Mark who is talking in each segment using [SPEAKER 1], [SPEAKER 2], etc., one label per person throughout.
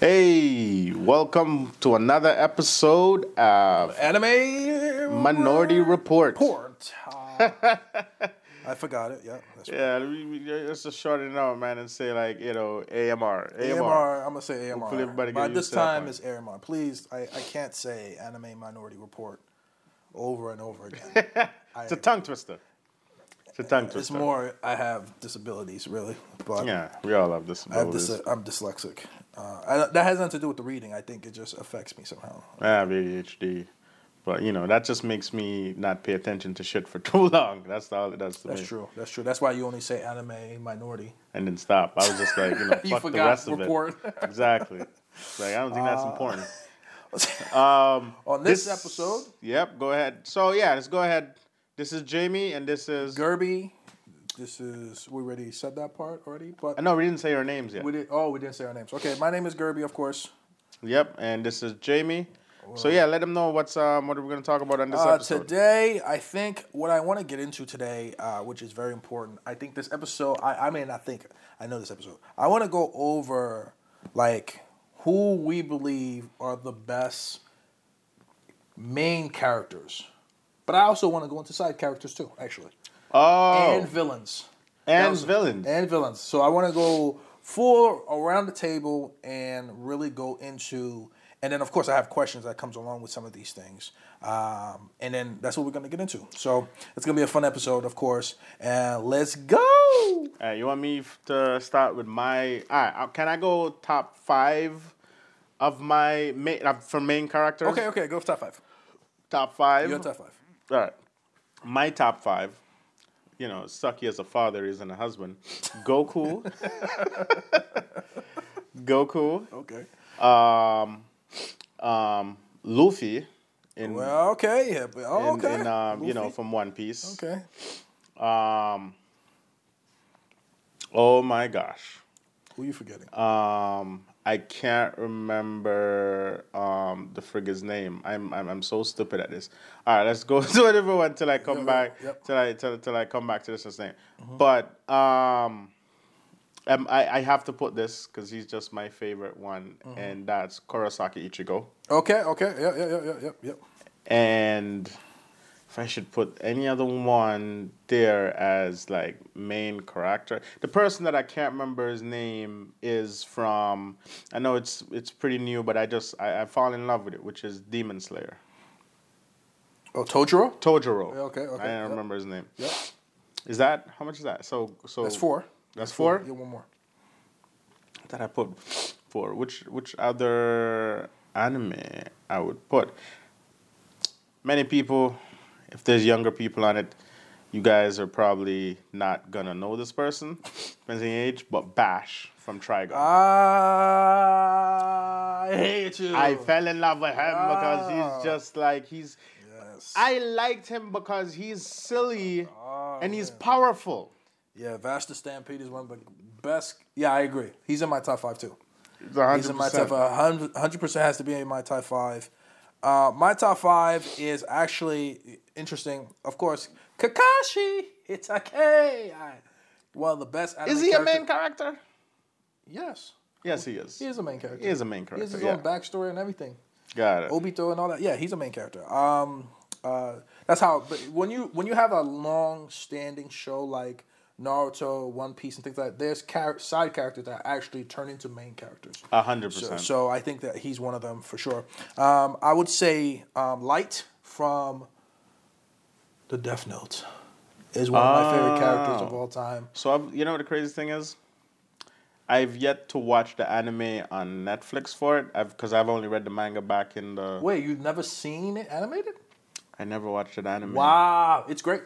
[SPEAKER 1] Hey, welcome to another episode of
[SPEAKER 2] Anime
[SPEAKER 1] Minority Report.
[SPEAKER 2] Report. Uh, I forgot it. Yeah. That's right.
[SPEAKER 1] Yeah, we- we- let's just shorten it out, man, and say like you know AMR,
[SPEAKER 2] AMR.
[SPEAKER 1] AMR.
[SPEAKER 2] I'm gonna say AMR.
[SPEAKER 1] Hopefully everybody
[SPEAKER 2] By
[SPEAKER 1] get
[SPEAKER 2] this
[SPEAKER 1] used to that
[SPEAKER 2] time,
[SPEAKER 1] one.
[SPEAKER 2] it's AMR. Please, I, I can't say Anime Minority Report over and over again. I,
[SPEAKER 1] It's a tongue twister. It's a tongue twister.
[SPEAKER 2] it's more. I have disabilities, really, but
[SPEAKER 1] Yeah, we all have
[SPEAKER 2] I have
[SPEAKER 1] disabilities.
[SPEAKER 2] dis- I'm dyslexic. Uh, I, that has nothing to do with the reading. I think it just affects me somehow.
[SPEAKER 1] I have ADHD, but you know that just makes me not pay attention to shit for too long. That's all it does to
[SPEAKER 2] That's
[SPEAKER 1] me.
[SPEAKER 2] true. That's true. That's why you only say Anime Minority.
[SPEAKER 1] And then stop. I was just like, you know,
[SPEAKER 2] You
[SPEAKER 1] fuck the
[SPEAKER 2] forgot
[SPEAKER 1] rest of
[SPEAKER 2] report. Ah.
[SPEAKER 1] it. Exactly. It's Like I don't think that's important.
[SPEAKER 2] On this, episode,
[SPEAKER 1] Yep. Go ahead. So yeah, let's go ahead. This is Jamie, and this is.
[SPEAKER 2] Gerby. This is we already said that part already, but
[SPEAKER 1] No, we didn't say our names yet.
[SPEAKER 2] We did. Oh, we didn't say our names. Okay, my name is Gerby, of course.
[SPEAKER 1] Yep, and this is Jamie. So yeah, let them know what's um what are we gonna talk about on this
[SPEAKER 2] Uh,
[SPEAKER 1] episode.
[SPEAKER 2] today, I think what I want to get into today, uh, which is very important. I think this episode. I, I mean, I think I know this episode. I want to go over like who we believe are the best main characters, but I also want to go into side characters too, actually,
[SPEAKER 1] oh,
[SPEAKER 2] and
[SPEAKER 1] and,
[SPEAKER 2] villains. was-
[SPEAKER 1] villains.
[SPEAKER 2] and villains. So I want to go full around the table and really go into, and then of course I have questions that comes along with some of these things, um, and then that's what we're gonna get into. So it's gonna be a fun episode, of course, and let's go.
[SPEAKER 1] Alright, you want me f- to start with my? All right, can I go top five of my main uh, for main characters?
[SPEAKER 2] Okay, okay, go for top five.
[SPEAKER 1] top five.
[SPEAKER 2] You're top five.
[SPEAKER 1] All right, my top five. You know, sucky as a father is and a husband. Goku. Goku.
[SPEAKER 2] Okay.
[SPEAKER 1] Um, Luffy. In,
[SPEAKER 2] Well, okay, yeah, but oh,
[SPEAKER 1] in,
[SPEAKER 2] okay.
[SPEAKER 1] in um, you know,
[SPEAKER 2] Luffy.
[SPEAKER 1] from One Piece.
[SPEAKER 2] okay.
[SPEAKER 1] Um. Oh my gosh.
[SPEAKER 2] Who you forgetting?
[SPEAKER 1] Um. I can't remember um the frigga's name. I'm I'm I'm so stupid at this. All right, let's go to a different one till I come
[SPEAKER 2] Yeah,
[SPEAKER 1] back.
[SPEAKER 2] yep. Mm-hmm.
[SPEAKER 1] Till I till, till I come back to this one's name. But um. Um, I, I have to put this because he's just my favorite one,
[SPEAKER 2] Mm-hmm.
[SPEAKER 1] and that's Kurosaki Ichigo.
[SPEAKER 2] okay, okay, yeah, yeah, yeah, yeah, yeah, yeah.
[SPEAKER 1] and if I should put any other one there as like main character, the person that I can't remember his name is from. I know it's it's pretty new, but I just I, I fall in love with it, which is Demon Slayer.
[SPEAKER 2] Oh, Totoro.
[SPEAKER 1] Tojiro.
[SPEAKER 2] Yeah, okay, okay,
[SPEAKER 1] I don't
[SPEAKER 2] yep.
[SPEAKER 1] remember his name.
[SPEAKER 2] Yep.
[SPEAKER 1] Is that how much is that? So so
[SPEAKER 2] Oh. That's four.
[SPEAKER 1] That's four.
[SPEAKER 2] Yeah, one more.
[SPEAKER 1] That I put four. Which which other anime I would put? Many people, if there's younger people on it, you guys are probably not gonna know this person, depends on your age. But Bash from Trigon.
[SPEAKER 2] Oh. I hate you.
[SPEAKER 1] I fell in love with him because he's just like he's.
[SPEAKER 2] Ah. Yes.
[SPEAKER 1] I liked him because he's silly
[SPEAKER 2] Ah,
[SPEAKER 1] and he's powerful.
[SPEAKER 2] Yeah, Vasta Stampede is one of the best. Yeah, I agree. He's in my top five too.
[SPEAKER 1] He's 100%.
[SPEAKER 2] He's uh, in my top five. Hundred percent has to be in my top five. Uh, my top five is actually interesting. Of course, Kakashi Itake. I- One of the best. anime
[SPEAKER 1] Is he a
[SPEAKER 2] character-
[SPEAKER 1] main character?
[SPEAKER 2] Yes,
[SPEAKER 1] Yes, he is.
[SPEAKER 2] he is a main character.
[SPEAKER 1] He is a main
[SPEAKER 2] He has
[SPEAKER 1] character.
[SPEAKER 2] his
[SPEAKER 1] Yeah.
[SPEAKER 2] own backstory and everything.
[SPEAKER 1] Got it.
[SPEAKER 2] Obito and all that. Yeah, he's a main character. Um, uh, that's how. But when you when you have a long-standing show like Naruto, One Piece, and things like that, there's char- side characters that actually turn into main characters.
[SPEAKER 1] A hundred
[SPEAKER 2] So,
[SPEAKER 1] percent.
[SPEAKER 2] so I think that he's one of them for sure. Um, I would say um, Light from the Death Note is one of my favorite characters
[SPEAKER 1] Oh.
[SPEAKER 2] of all time.
[SPEAKER 1] So I've, you know what the crazy thing is? I've yet to watch the anime on Netflix for it. I've because I've only read the manga back in the.
[SPEAKER 2] Wait, you've never seen it animated?
[SPEAKER 1] I never watched it anime.
[SPEAKER 2] Wow, it's great.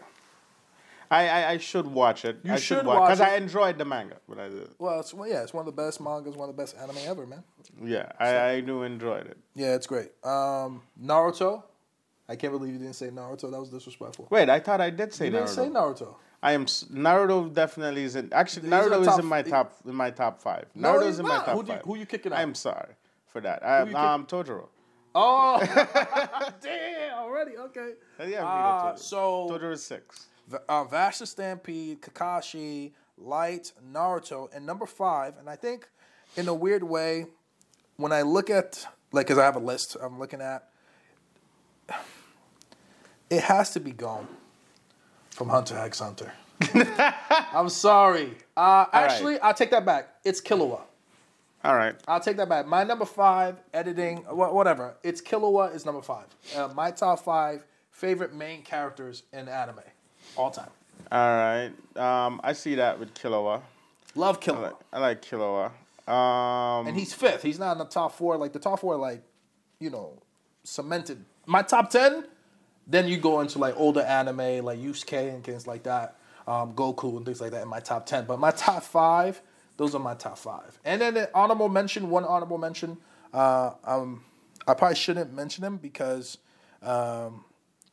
[SPEAKER 1] I, I I should watch it.
[SPEAKER 2] You
[SPEAKER 1] I
[SPEAKER 2] should
[SPEAKER 1] watch
[SPEAKER 2] watch
[SPEAKER 1] because I
[SPEAKER 2] it.
[SPEAKER 1] enjoyed the manga. But I did.
[SPEAKER 2] Well, it's well, yeah, it's one of the best mangas, one of the best anime ever, man.
[SPEAKER 1] Yeah, I I do enjoyed it.
[SPEAKER 2] Yeah, it's great. Um, Naruto. I can't believe you didn't say Naruto. That was disrespectful.
[SPEAKER 1] Wait, I thought I did say
[SPEAKER 2] You
[SPEAKER 1] Naruto.
[SPEAKER 2] didn't say Naruto.
[SPEAKER 1] I am s- Naruto definitely is in. Actually,
[SPEAKER 2] He's in
[SPEAKER 1] Naruto is
[SPEAKER 2] top-
[SPEAKER 1] in my
[SPEAKER 2] he-
[SPEAKER 1] top in my top five.
[SPEAKER 2] No,
[SPEAKER 1] Naruto's
[SPEAKER 2] he's
[SPEAKER 1] in my
[SPEAKER 2] not.
[SPEAKER 1] top
[SPEAKER 2] Who do you-
[SPEAKER 1] five.
[SPEAKER 2] who you kicking out?
[SPEAKER 1] I'm sorry for that. I,
[SPEAKER 2] you kick-
[SPEAKER 1] um, Totoro.
[SPEAKER 2] Oh, damn! Already okay.
[SPEAKER 1] Yeah, we did
[SPEAKER 2] Ah,
[SPEAKER 1] Totoro.
[SPEAKER 2] so
[SPEAKER 1] Totoro is six.
[SPEAKER 2] V- uh, Vash the Stampede, Kakashi, Light, Naruto, and number five. And I think, in a weird way, when I look at like, cause I have a list I'm looking at, it has to be gone from Hunter X Hunter. I'm sorry. Uh, actually, I'll take that back. It's Killua.
[SPEAKER 1] All right.
[SPEAKER 2] I'll take that back. My number five, editing, wha- whatever. It's Killua is number five. Uh, my top five favorite main characters in anime, all time.
[SPEAKER 1] All right. Um, I see that with Killua.
[SPEAKER 2] Love Killua.
[SPEAKER 1] I like, I like Killua. Um,
[SPEAKER 2] and he's fifth. He's not in the top four. Like the top four, like you know, cemented. My top ten, then you go into like older anime like Yusuke and things like that, um, Goku and things like that in my top ten. But my top five, those are my top five. And then an honorable mention, one honorable mention. Uh, um, I probably shouldn't mention him because. Um,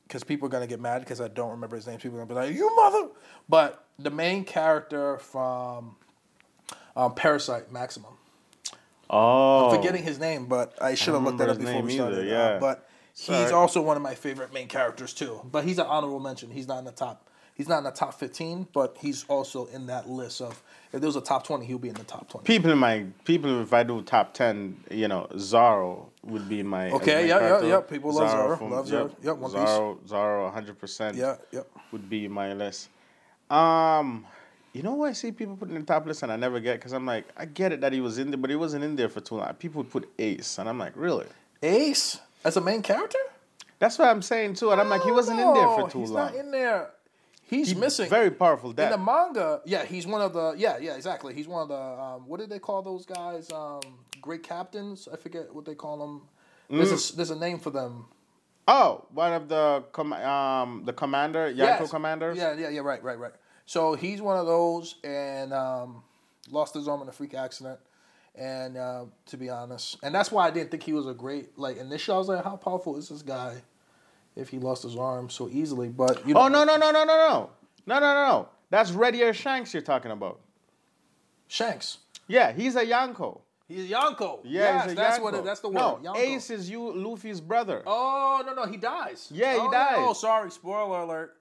[SPEAKER 2] because people are gonna get mad because I don't remember his name. People are gonna be like, "You mother!" But the main character from um, Parasite, Maximum,
[SPEAKER 1] oh,
[SPEAKER 2] forgetting his name, but I should have looked that
[SPEAKER 1] remember
[SPEAKER 2] up
[SPEAKER 1] his
[SPEAKER 2] before we
[SPEAKER 1] name either,
[SPEAKER 2] started.
[SPEAKER 1] yeah.
[SPEAKER 2] Uh, but he's
[SPEAKER 1] Sorry.
[SPEAKER 2] also one of my favorite main characters too. But he's an honorable mention. He's not in the top. He's not in the top fifteen, but he's also in that list of if there was a top twenty, he'll be in the top twenty.
[SPEAKER 1] people in my people. If I do top ten, you know, Zaro would be my as
[SPEAKER 2] Okay,
[SPEAKER 1] my
[SPEAKER 2] yeah, yeah,
[SPEAKER 1] character.
[SPEAKER 2] yeah. People love Zaro. Love
[SPEAKER 1] yep,
[SPEAKER 2] Zaro. Yep, One Piece.
[SPEAKER 1] Zaro, Zaro, hundred percent.
[SPEAKER 2] Yeah, yep.
[SPEAKER 1] would be my list. Um, you know what I see people put in the top list and I never get because I'm like, I get it that he was in there, but he wasn't in there for too long. People would put Ace, and I'm like, really?
[SPEAKER 2] Ace as a main character?
[SPEAKER 1] That's what I'm saying too, and I'm like, he wasn't in there
[SPEAKER 2] No,
[SPEAKER 1] for too
[SPEAKER 2] he's
[SPEAKER 1] long.
[SPEAKER 2] He's not in there. He's missing.
[SPEAKER 1] Very powerful
[SPEAKER 2] in
[SPEAKER 1] death.
[SPEAKER 2] the manga, yeah, he's one of the yeah, yeah, exactly. He's one of the um, what did they call those guys? Um, great captains. I forget what they call them.
[SPEAKER 1] Mm.
[SPEAKER 2] There's a, there's a name for them.
[SPEAKER 1] oh, one of the com- um the commander, Yanko
[SPEAKER 2] Yes.
[SPEAKER 1] commanders.
[SPEAKER 2] Yeah, yeah, yeah. Right, right, right. So he's one of those, and um, lost his arm in a freak accident. And uh, to be honest, and that's why I didn't think he was a great like initially. I was like, how powerful is this guy? If he lost his arm so easily, but you know,
[SPEAKER 1] Oh no no no no no no no no no no. That's Red Ear Shanks you're talking about.
[SPEAKER 2] Shanks.
[SPEAKER 1] Yeah, he's a Yanko.
[SPEAKER 2] He's Yonko.
[SPEAKER 1] Yeah,
[SPEAKER 2] yes,
[SPEAKER 1] he's a
[SPEAKER 2] that's
[SPEAKER 1] Yanko.
[SPEAKER 2] what it, that's the word.
[SPEAKER 1] No,
[SPEAKER 2] Yonko.
[SPEAKER 1] Ace is you Luffy's brother.
[SPEAKER 2] Oh no no he dies.
[SPEAKER 1] Yeah, he
[SPEAKER 2] oh,
[SPEAKER 1] dies.
[SPEAKER 2] Oh sorry, spoiler alert.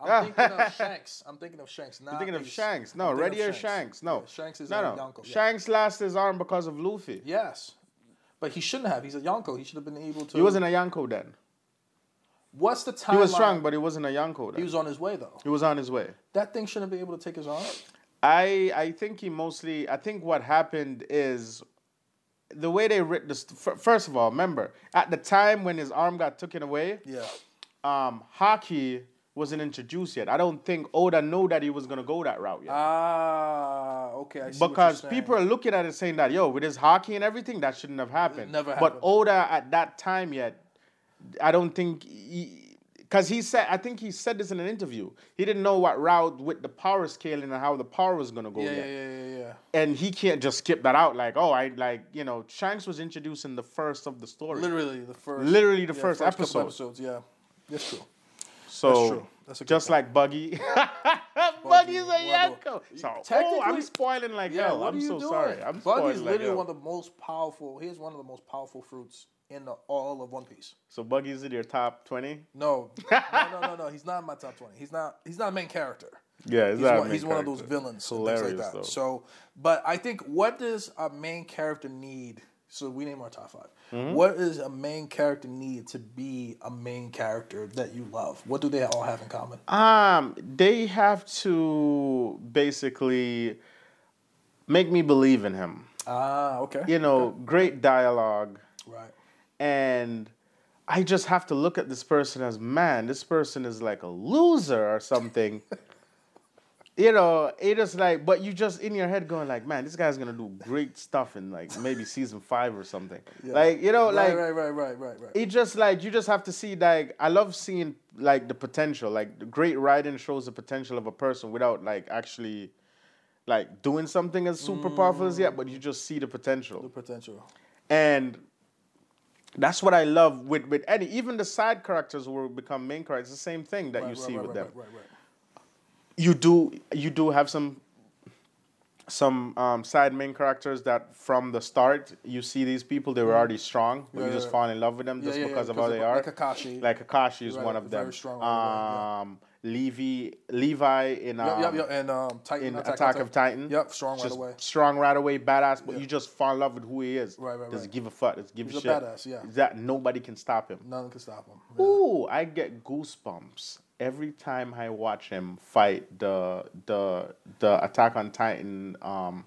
[SPEAKER 2] I'm thinking of Shanks. I'm thinking of Shanks. Not
[SPEAKER 1] I'm thinking of
[SPEAKER 2] Ace.
[SPEAKER 1] Shanks.
[SPEAKER 2] I'm
[SPEAKER 1] No,
[SPEAKER 2] thinking
[SPEAKER 1] Red
[SPEAKER 2] of
[SPEAKER 1] Ear Shanks. No,
[SPEAKER 2] Yeah, Shanks is
[SPEAKER 1] no,
[SPEAKER 2] a
[SPEAKER 1] no.
[SPEAKER 2] Yonko. yeah.
[SPEAKER 1] Shanks lost his arm because of Luffy.
[SPEAKER 2] Yes, but he shouldn't have. He's a Yonko. He should have been able to.
[SPEAKER 1] He wasn't a Yanko then.
[SPEAKER 2] What's the time?
[SPEAKER 1] He was strong, but he wasn't a Yanko then.
[SPEAKER 2] He was on his way though.
[SPEAKER 1] He was on his way.
[SPEAKER 2] That thing shouldn't be able to take his arm.
[SPEAKER 1] I I think he mostly. I think what happened is the way they writ this. f- First of all, remember at the time when his arm got taken away,
[SPEAKER 2] Yeah.
[SPEAKER 1] um, hockey wasn't introduced yet. I don't think Oda knew that he was gonna go that route yet.
[SPEAKER 2] Ah, okay. I see what
[SPEAKER 1] because
[SPEAKER 2] you're saying.
[SPEAKER 1] people are looking at it saying that yo with his hockey and everything that shouldn't have happened
[SPEAKER 2] never
[SPEAKER 1] but
[SPEAKER 2] happened.
[SPEAKER 1] oda at that time yet i don't think because he, said i think he said this in an interview he didn't know what route with the power scaling and how the power was going to go
[SPEAKER 2] Yeah,
[SPEAKER 1] yet.
[SPEAKER 2] yeah, yeah, yeah, yeah.
[SPEAKER 1] and he can't just skip that out like oh i like you know shanks was introduced in the first of the story
[SPEAKER 2] Literally the first.
[SPEAKER 1] Literally the
[SPEAKER 2] yeah,
[SPEAKER 1] first
[SPEAKER 2] couple
[SPEAKER 1] episode.
[SPEAKER 2] Episodes. Yeah, that's true.
[SPEAKER 1] so
[SPEAKER 2] true. That's a good
[SPEAKER 1] just
[SPEAKER 2] point.
[SPEAKER 1] like buggy
[SPEAKER 2] Buggy,
[SPEAKER 1] buggy's a
[SPEAKER 2] Webber.
[SPEAKER 1] yanko so oh i'm
[SPEAKER 2] Technically-
[SPEAKER 1] spoiling like
[SPEAKER 2] Yeah,
[SPEAKER 1] hell
[SPEAKER 2] what
[SPEAKER 1] i'm
[SPEAKER 2] are you
[SPEAKER 1] so
[SPEAKER 2] doing?
[SPEAKER 1] sorry i'm spoiling
[SPEAKER 2] Buggy's
[SPEAKER 1] like
[SPEAKER 2] literally
[SPEAKER 1] hell.
[SPEAKER 2] one of the most powerful. He's one of the most powerful fruits in the, all of One Piece.
[SPEAKER 1] so buggy's in your top 20
[SPEAKER 2] No, no, no, no, no. He's not in my top twenty. He's not. He's not a main character.
[SPEAKER 1] Yeah,
[SPEAKER 2] He's,
[SPEAKER 1] not a
[SPEAKER 2] one,
[SPEAKER 1] main
[SPEAKER 2] he's one of those
[SPEAKER 1] character.
[SPEAKER 2] villains,
[SPEAKER 1] It's
[SPEAKER 2] and things like
[SPEAKER 1] hilarious,
[SPEAKER 2] that.
[SPEAKER 1] though.
[SPEAKER 2] So, but I think what does a main character need? So we name our top 5
[SPEAKER 1] Mm-hmm.
[SPEAKER 2] What does a main character need to be a main character that you love? What do they all have in common?
[SPEAKER 1] Um, they have to basically make me believe in him.
[SPEAKER 2] Ah, okay.
[SPEAKER 1] You know, great dialogue,
[SPEAKER 2] Right.
[SPEAKER 1] and I just have to look at this person as man. This person is like a loser or something. you know, it is like, but you just in your head going like, man, this guy's gonna do great stuff in like maybe season five or something. Like you know,
[SPEAKER 2] Right,
[SPEAKER 1] like
[SPEAKER 2] right, right, right, right, right.
[SPEAKER 1] it just like you just have to see like I love seeing like the potential. Like the great writing shows the potential of a person without like actually like doing something as super powerful as
[SPEAKER 2] Mm.
[SPEAKER 1] yet, but you just see the
[SPEAKER 2] The
[SPEAKER 1] potential.
[SPEAKER 2] potential.
[SPEAKER 1] And that's what I love with with any even the side characters who will become main characters, the same thing that you
[SPEAKER 2] Right,
[SPEAKER 1] see
[SPEAKER 2] right,
[SPEAKER 1] with
[SPEAKER 2] right,
[SPEAKER 1] them.
[SPEAKER 2] Right, right, right.
[SPEAKER 1] You do you do have some some um, side main characters that from the start you see these people they were already strong but
[SPEAKER 2] Mm-hmm. Yeah,
[SPEAKER 1] you
[SPEAKER 2] yeah,
[SPEAKER 1] just
[SPEAKER 2] yeah.
[SPEAKER 1] fall in love with them just
[SPEAKER 2] yeah, yeah,
[SPEAKER 1] because of how
[SPEAKER 2] because
[SPEAKER 1] they
[SPEAKER 2] of-
[SPEAKER 1] are
[SPEAKER 2] like Kakashi.
[SPEAKER 1] like Kakashi is
[SPEAKER 2] Right,
[SPEAKER 1] one of them
[SPEAKER 2] very strong, right, right,
[SPEAKER 1] um Levi Levi in um,
[SPEAKER 2] Yep, yep, yep. And um, Titan.
[SPEAKER 1] in
[SPEAKER 2] Attack on
[SPEAKER 1] Attack, of Titan.
[SPEAKER 2] Yep, strong right
[SPEAKER 1] Just
[SPEAKER 2] away.
[SPEAKER 1] Strong right away, badass. But
[SPEAKER 2] Yeah.
[SPEAKER 1] you just fall in love with who he is.
[SPEAKER 2] Right, right,
[SPEAKER 1] Doesn't
[SPEAKER 2] right.
[SPEAKER 1] give a fuck. Doesn't give
[SPEAKER 2] He's
[SPEAKER 1] a
[SPEAKER 2] a
[SPEAKER 1] shit.
[SPEAKER 2] badass, yeah.
[SPEAKER 1] That nobody can stop him.
[SPEAKER 2] None can stop him.
[SPEAKER 1] Ooh, I get goosebumps every time I watch him fight the the the Attack on Titan. Um,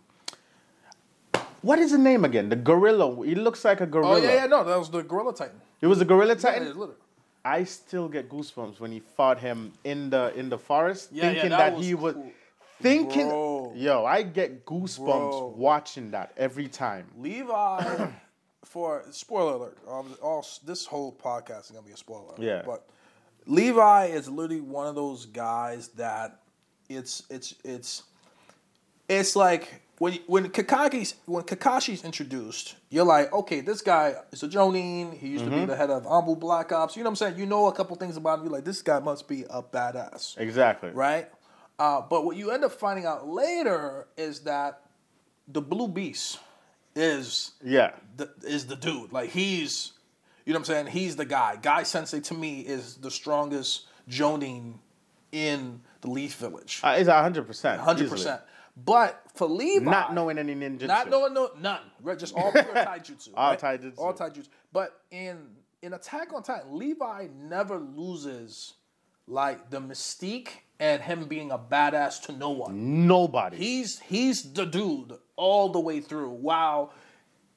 [SPEAKER 1] what is the name again? The gorilla. He looks like a gorilla.
[SPEAKER 2] Oh yeah, yeah, no, that was the Gorilla Titan.
[SPEAKER 1] It was a gorilla
[SPEAKER 2] Yeah,
[SPEAKER 1] titan.
[SPEAKER 2] it is literally.
[SPEAKER 1] I still get goosebumps when he fought him in the in the forest,
[SPEAKER 2] Yeah, yeah,
[SPEAKER 1] thinking
[SPEAKER 2] that
[SPEAKER 1] that,
[SPEAKER 2] was
[SPEAKER 1] he was
[SPEAKER 2] cool.
[SPEAKER 1] thinking.
[SPEAKER 2] Bro.
[SPEAKER 1] Yo, I get goosebumps
[SPEAKER 2] Bro.
[SPEAKER 1] watching that every time.
[SPEAKER 2] Levi, for spoiler alert, um, all this whole podcast is gonna be a spoiler. alert,
[SPEAKER 1] Yeah.
[SPEAKER 2] But Levi is literally one of those guys that it's it's it's it's like when when Kakaki's when Kakashi's introduced, you're like, okay, this guy is a Jonin. He used to be the head of Ambu Black Ops. You know what I'm saying? You know a couple things about him. You're like, this guy must be a badass
[SPEAKER 1] Exactly.
[SPEAKER 2] right? Uh, but what you end up finding out later is that the Blue Beast is
[SPEAKER 1] Yeah.
[SPEAKER 2] the, is the dude. Like he's, you know what I'm saying? He's the guy. Guy Sensei to me is the strongest Jonin in the Leaf Village,
[SPEAKER 1] Uh, it's hundred percent.
[SPEAKER 2] hundred percent. But for Levi,
[SPEAKER 1] Not knowing any ninjutsu.
[SPEAKER 2] not knowing no none, right? Just all pure taijutsu.
[SPEAKER 1] All
[SPEAKER 2] right?
[SPEAKER 1] taijutsu.
[SPEAKER 2] All taijutsu. But in in Attack on Titan, Levi never loses like the mystique and him being a badass to no one.
[SPEAKER 1] Nobody.
[SPEAKER 2] He's he's the dude all the way through. Wow.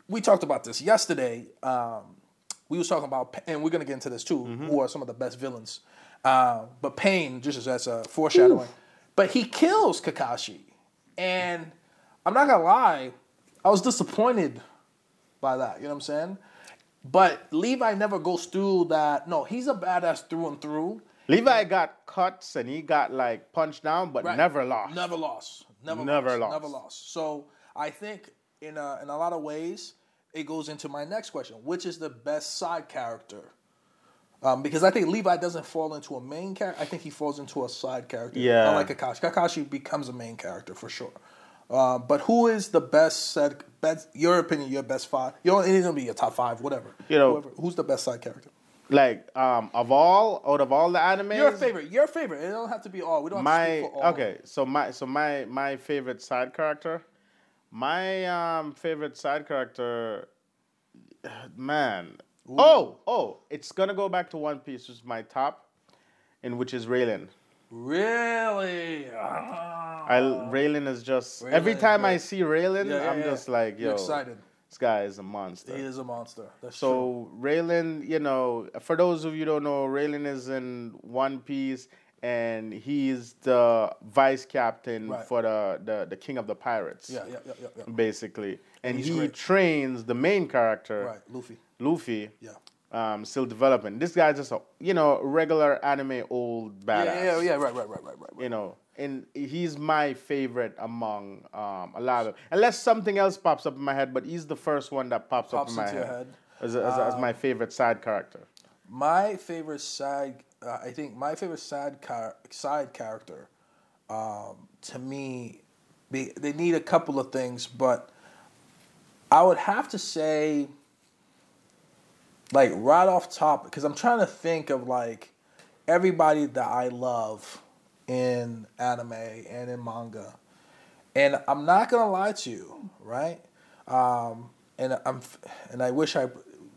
[SPEAKER 2] We talked about this yesterday. Um, we was talking about, and we're gonna get into this too. Who are some of the best villains? Uh, but Pain, just as- as a foreshadowing, but he kills Kakashi, and I'm not gonna lie, I was disappointed by that. You know what I'm saying? But Levi never goes through that. No, he's a badass through and through.
[SPEAKER 1] Levi got cuts and he got like punched down, but
[SPEAKER 2] Right.
[SPEAKER 1] never lost.
[SPEAKER 2] Never lost. Never,
[SPEAKER 1] Never
[SPEAKER 2] lost.
[SPEAKER 1] lost.
[SPEAKER 2] Never lost. So I think in a, in a lot of ways, it goes into my next question, which is the best side character? Um, because I think Levi doesn't fall into a main character. I think he falls into a side character.
[SPEAKER 1] Yeah.
[SPEAKER 2] Unlike Kakashi. Kakashi becomes a main character for sure. Uh, but who is the best said best your opinion, your best five? You don't it ain't gonna be your top five, whatever.
[SPEAKER 1] You know-
[SPEAKER 2] Whoever- who's the best side character?
[SPEAKER 1] Like um, of all out of all the anime.
[SPEAKER 2] Your favorite, your favorite. It don't have to be all. We don't have to
[SPEAKER 1] my
[SPEAKER 2] speak for all.
[SPEAKER 1] okay so my so my my favorite side character my um favorite side character man oh oh it's gonna go back to one piece which is my top and which is Raylan.
[SPEAKER 2] Really? Ah.
[SPEAKER 1] I Raylan is just every
[SPEAKER 2] Raylan is
[SPEAKER 1] time
[SPEAKER 2] great.
[SPEAKER 1] I see Raylan,
[SPEAKER 2] Yeah, yeah,
[SPEAKER 1] I'm
[SPEAKER 2] yeah.
[SPEAKER 1] just like, yo,
[SPEAKER 2] You're excited.
[SPEAKER 1] this guy is a monster.
[SPEAKER 2] He is a monster. That's true.
[SPEAKER 1] So Raylan, you know, for those of you who don't know, Raylan is in One Piece, and he's the vice captain
[SPEAKER 2] Right.
[SPEAKER 1] for the, the the King of the Pirates.
[SPEAKER 2] Yeah, yeah, yeah, yeah, yeah.
[SPEAKER 1] Basically, and
[SPEAKER 2] He's
[SPEAKER 1] he
[SPEAKER 2] great.
[SPEAKER 1] trains the main character,
[SPEAKER 2] Right, Luffy.
[SPEAKER 1] Luffy.
[SPEAKER 2] Yeah.
[SPEAKER 1] Um, still developing. This guy's just a you know regular anime old badass.
[SPEAKER 2] Yeah, yeah, yeah, right, right, right, right, right.
[SPEAKER 1] You know, and he's my favorite among um, a lot of unless something else pops up in my head, but he's the first one that pops, up
[SPEAKER 2] Pops
[SPEAKER 1] in my
[SPEAKER 2] into your
[SPEAKER 1] head,
[SPEAKER 2] head. Um,
[SPEAKER 1] As, a, as, a- as my favorite side character.
[SPEAKER 2] My favorite side, uh, I think my favorite side car- side character, um, to me, they, they need a couple of things, but I would have to say, like right off top, because I'm trying to think of like everybody that I love in anime and in manga, and I'm not gonna lie to you, right? Um, and I'm and I wish I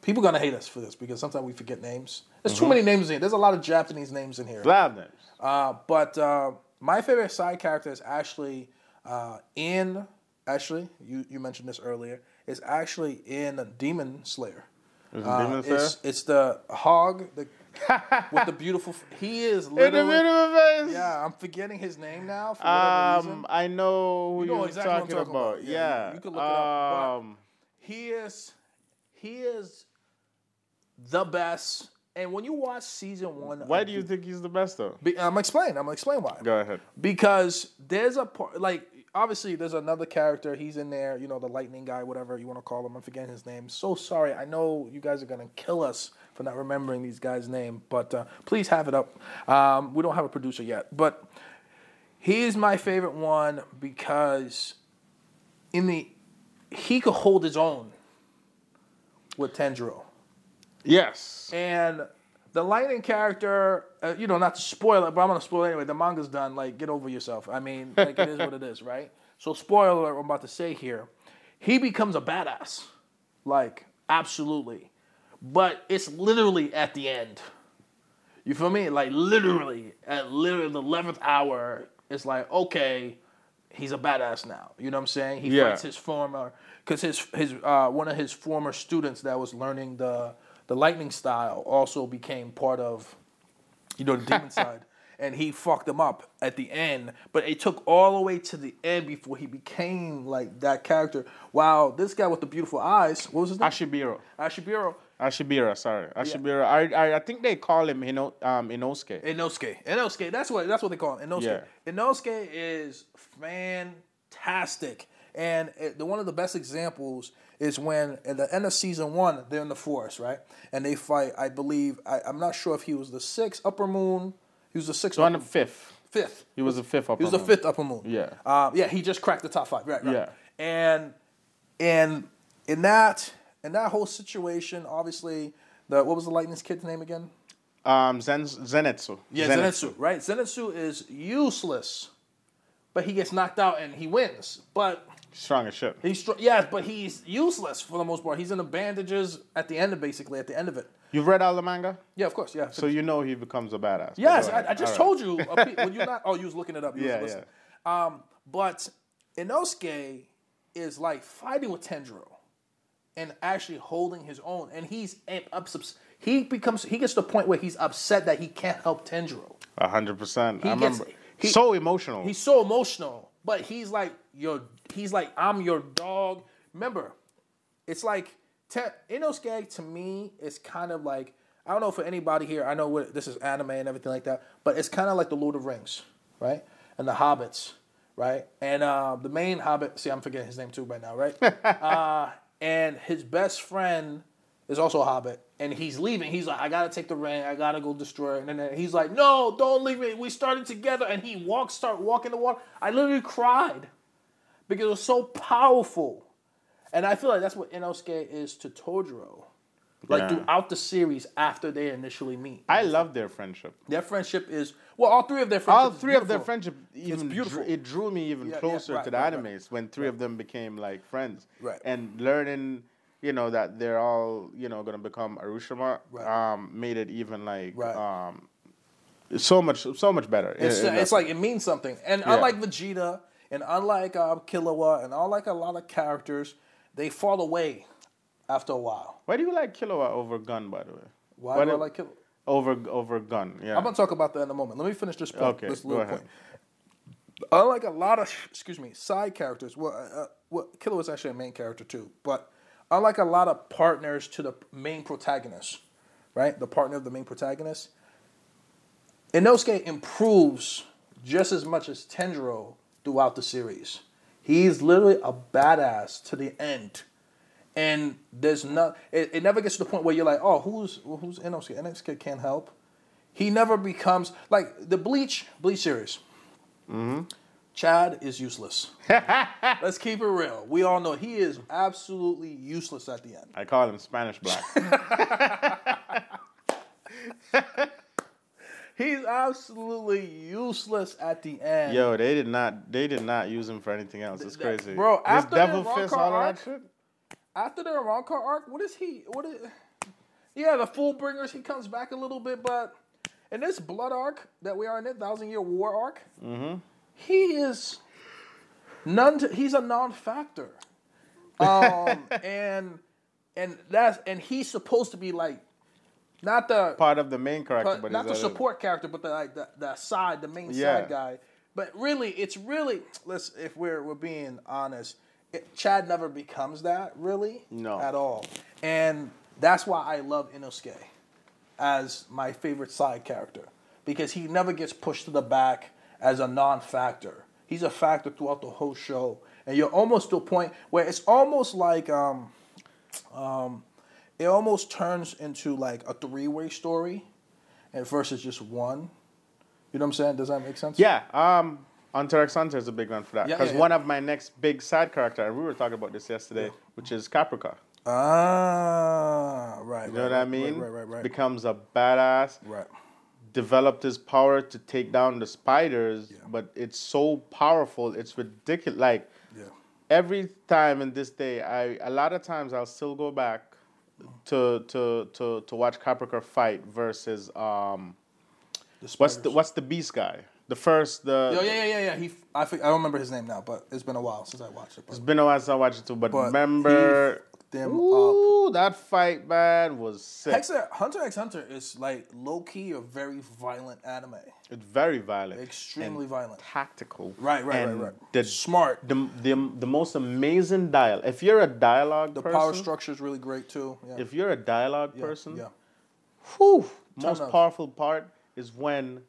[SPEAKER 2] people gonna hate us for this because sometimes we forget names. There's too many names in here. There's a lot of Japanese names in here.
[SPEAKER 1] Lab names.
[SPEAKER 2] Uh, but uh, my favorite side character is actually uh, in actually you, you mentioned this earlier is actually in Demon Slayer.
[SPEAKER 1] Is it
[SPEAKER 2] Uh,
[SPEAKER 1] Demon Slayer?
[SPEAKER 2] it's, it's the hog the, with the beautiful. f- He is
[SPEAKER 1] In the
[SPEAKER 2] literally.
[SPEAKER 1] middle of us.
[SPEAKER 2] Yeah, I'm forgetting his name now for whatever reason.
[SPEAKER 1] Um, I know who
[SPEAKER 2] You
[SPEAKER 1] you
[SPEAKER 2] know
[SPEAKER 1] are
[SPEAKER 2] exactly what I'm
[SPEAKER 1] talking,
[SPEAKER 2] talking
[SPEAKER 1] about.
[SPEAKER 2] about. Yeah,
[SPEAKER 1] Yeah.
[SPEAKER 2] you can look it up, but-
[SPEAKER 1] Um,
[SPEAKER 2] He is, he is, the best. And when you watch season one,
[SPEAKER 1] why
[SPEAKER 2] of
[SPEAKER 1] do you think he's the best though?
[SPEAKER 2] Be, I'm explaining. I'm gonna explain why.
[SPEAKER 1] Go ahead.
[SPEAKER 2] because there's a part like obviously there's another character he's in there you know the lightning guy whatever you want to call him i'm forgetting his name so sorry i know you guys are gonna kill us for not remembering these guys name but uh, please have it up um, we don't have a producer yet but he's my favorite one because in the he could hold his own with Tanjiro.
[SPEAKER 1] Yes.
[SPEAKER 2] And the lightning character, uh, you know, not to spoil it, but I'm gonna spoil it anyway. The manga's done. Like, get over yourself. I mean, like it is what it is, right? So, spoiler alert, what I'm about to say here. He becomes a badass, like absolutely, but it's literally at the end. You feel me? Like literally at literally the eleventh hour, it's like okay, he's a badass now. You know what I'm saying? He
[SPEAKER 3] Yeah.
[SPEAKER 2] fights his former because his his uh, one of his former students that was learning the the lightning style also became part of you know the demon side, and he fucked him up at the end. But it took all the way to the end before he became like that character. Wow, this guy with the beautiful eyes, what was his name?
[SPEAKER 1] Ashibiro.
[SPEAKER 2] Ashibiro.
[SPEAKER 1] Ashibira, sorry. Ashibira. I, I I think they call him Hino, um Inosuke.
[SPEAKER 2] Inosuke. Inosuke. That's what that's what they call him. Inosuke.
[SPEAKER 1] Yeah.
[SPEAKER 2] Inosuke is fantastic, and it, the one of the best examples is when at the end of season one they're in the forest, right? And they fight. I believe I, I'm not sure if he was the sixth Upper Moon. He was the sixth.
[SPEAKER 1] So on the
[SPEAKER 2] upper-
[SPEAKER 1] fifth.
[SPEAKER 2] fifth.
[SPEAKER 1] He was the fifth upper
[SPEAKER 2] He was the
[SPEAKER 1] moon.
[SPEAKER 2] fifth Upper Moon.
[SPEAKER 1] Yeah.
[SPEAKER 2] Uh, yeah. He just cracked the top five. Right. right.
[SPEAKER 1] Yeah.
[SPEAKER 2] And and in that in that whole situation, obviously, the what was the lightning's kid's name again?
[SPEAKER 1] Um Zen, Zenetsu.
[SPEAKER 2] Yeah, Zenitsu, right? Zenitsu is useless, but he gets knocked out and he wins. But
[SPEAKER 1] Strong as shit.
[SPEAKER 2] he's str- yes, but he's useless for the most part. He's in the bandages at the end of basically at the end of it.
[SPEAKER 1] You've read all the manga?
[SPEAKER 2] Yeah, of course. Yeah.
[SPEAKER 1] So you know he becomes a badass. But
[SPEAKER 2] yes,
[SPEAKER 1] go
[SPEAKER 2] I,
[SPEAKER 1] ahead.
[SPEAKER 2] I just
[SPEAKER 1] All right.
[SPEAKER 2] told you. A pe- well, you not? Oh, you was looking it up. You
[SPEAKER 1] Yeah,
[SPEAKER 2] was listening. Um, but Inosuke is like fighting with Tendro, and actually holding his own, and he's upset. He becomes. He gets to the point where he's upset that he can't help Tendro.
[SPEAKER 1] A hundred percent. I
[SPEAKER 2] He gets-
[SPEAKER 1] remember.
[SPEAKER 2] he-
[SPEAKER 1] so emotional.
[SPEAKER 2] He's so emotional, but he's like your. He's like I'm your dog. Remember, it's like te- Inosuke to me is kind of like I don't know for anybody here. I know what this is anime and everything like that, but it's kind of like the Lord of Rings, right? And the Hobbits, right? And uh, the main Hobbit. See, I'm forgetting his name too right now, right? uh, and his best friend is also a hobbit and he's leaving he's like i gotta take the ring i gotta go destroy it and then he's like no don't leave me we started together and he walks start walking the water i literally cried because it was so powerful and i feel like that's what inosuke is to todoro like
[SPEAKER 1] Yeah.
[SPEAKER 2] throughout the series after they initially meet
[SPEAKER 1] I love their friendship.
[SPEAKER 2] their friendship is well all three of their friendships
[SPEAKER 1] All
[SPEAKER 2] is
[SPEAKER 1] three of their
[SPEAKER 2] beautiful.
[SPEAKER 1] friendship even
[SPEAKER 2] beautiful.
[SPEAKER 1] drew, it drew me even
[SPEAKER 2] Yeah, yeah,
[SPEAKER 1] closer
[SPEAKER 2] right,
[SPEAKER 1] to the
[SPEAKER 2] right, right.
[SPEAKER 1] animes when three of them became like friends.
[SPEAKER 2] Right.
[SPEAKER 1] And learning, you know, that they're all, you know, gonna become Arushima
[SPEAKER 2] Right.
[SPEAKER 1] um, made it even like
[SPEAKER 2] Right.
[SPEAKER 1] um so much so much better.
[SPEAKER 2] It's, uh,
[SPEAKER 1] In- in
[SPEAKER 2] it's
[SPEAKER 1] that-
[SPEAKER 2] like it means something. And unlike Vegeta, and unlike um, Killua, and unlike a lot of characters, they fall away after a while.
[SPEAKER 1] why do you like Killua over Gun by the way?
[SPEAKER 2] Why
[SPEAKER 1] What
[SPEAKER 2] do I
[SPEAKER 1] if-
[SPEAKER 2] like Killua?
[SPEAKER 1] over over Gun? Yeah.
[SPEAKER 2] I'm gonna talk about that in a moment. Let me finish this point.
[SPEAKER 1] Okay,
[SPEAKER 2] this
[SPEAKER 1] go
[SPEAKER 2] little
[SPEAKER 1] ahead.
[SPEAKER 2] point. Unlike a lot of excuse me side characters, well, uh, uh, well, Killua is actually a main character too, but unlike a lot of partners to the main protagonist, right? The partner of the main protagonist, Inosuke improves just as much as Tendro throughout the series. He's literally a badass to the end. And there's not it, it never gets to the point where you're like, oh, who's who's Inosuke? Inosuke can't help. He never becomes like the Bleach Bleach series. Chad is useless. Let's keep it real. We all know he is absolutely useless at the end.
[SPEAKER 1] I call him Spanish Black.
[SPEAKER 2] He's absolutely useless at the end.
[SPEAKER 1] Yo, they did not they did not use him for anything else. It's
[SPEAKER 2] that-
[SPEAKER 1] crazy.
[SPEAKER 2] bro,
[SPEAKER 1] This
[SPEAKER 2] after the
[SPEAKER 1] devil
[SPEAKER 2] Rock
[SPEAKER 1] fist,
[SPEAKER 2] Hard
[SPEAKER 1] all of
[SPEAKER 2] arc-
[SPEAKER 1] that shit.
[SPEAKER 2] after the Aroncar arc, what is he? What is? Yeah, the Full Bringers. He comes back a little bit, but in this Blood arc that we are in, it Thousand Year War arc, he is none. To, he's a non-factor, um, and and that's and he's supposed to be like not the
[SPEAKER 1] Part of the main character,
[SPEAKER 2] but
[SPEAKER 1] but
[SPEAKER 2] not the
[SPEAKER 1] he's other-
[SPEAKER 2] support character, but the like the, the side, the main
[SPEAKER 1] Yeah.
[SPEAKER 2] side guy. But really, it's really let's if we're we're being honest, it, Chad never becomes that really,
[SPEAKER 1] No.
[SPEAKER 2] at all, and that's why I love Inosuke as my favorite side character because he never gets pushed to the back as a non-factor. He's a factor throughout the whole show, and you're almost to a point where it's almost like um, um, it almost turns into like a three-way story, and versus just one. You know what I'm saying? Does that make sense?
[SPEAKER 1] Yeah, um, Hunter x Hunter is a big one for that.
[SPEAKER 2] Yeah,
[SPEAKER 1] Because
[SPEAKER 2] yeah, yeah.
[SPEAKER 1] one of my next big side character, and we were talking about this yesterday, which is Caprica.
[SPEAKER 2] Ah, right.
[SPEAKER 1] You know
[SPEAKER 2] right,
[SPEAKER 1] what I
[SPEAKER 2] right,
[SPEAKER 1] mean?
[SPEAKER 2] Right, right, right. Right.
[SPEAKER 1] Becomes a badass.
[SPEAKER 2] right.
[SPEAKER 1] Developed his power to take down the spiders,
[SPEAKER 2] Yeah.
[SPEAKER 1] but it's so powerful. It's ridiculous. Like
[SPEAKER 2] Yeah.
[SPEAKER 1] every time in this day, I a lot of times I'll still go back to to to to watch Capricorn fight versus um
[SPEAKER 2] The
[SPEAKER 1] what's the
[SPEAKER 2] spiders.
[SPEAKER 1] what's the beast guy? The first the
[SPEAKER 2] Yo, yeah, yeah, yeah, yeah. He, f- I, fi- I don't remember his name now, but it's been a while since I watched it.
[SPEAKER 1] It's
[SPEAKER 2] But,
[SPEAKER 1] been a while since I watched it too, but,
[SPEAKER 2] but
[SPEAKER 1] remember
[SPEAKER 2] he f- them up.
[SPEAKER 1] Ooh, that fight man was sick.
[SPEAKER 2] Hexer, Hunter X Hunter is like low key a very violent anime,
[SPEAKER 1] it's very violent.
[SPEAKER 2] extremely
[SPEAKER 1] and
[SPEAKER 2] violent.
[SPEAKER 1] tactical.
[SPEAKER 2] Right, right,
[SPEAKER 1] and
[SPEAKER 2] right, right.
[SPEAKER 1] The,
[SPEAKER 2] Smart.
[SPEAKER 1] the, the, the most amazing dial. If you're a dialogue
[SPEAKER 2] The
[SPEAKER 1] person,
[SPEAKER 2] power structure is really great too. Yeah.
[SPEAKER 1] if you're a dialogue
[SPEAKER 2] yeah,
[SPEAKER 1] person,
[SPEAKER 2] Yeah.
[SPEAKER 1] whew, most
[SPEAKER 2] of-
[SPEAKER 1] powerful part is when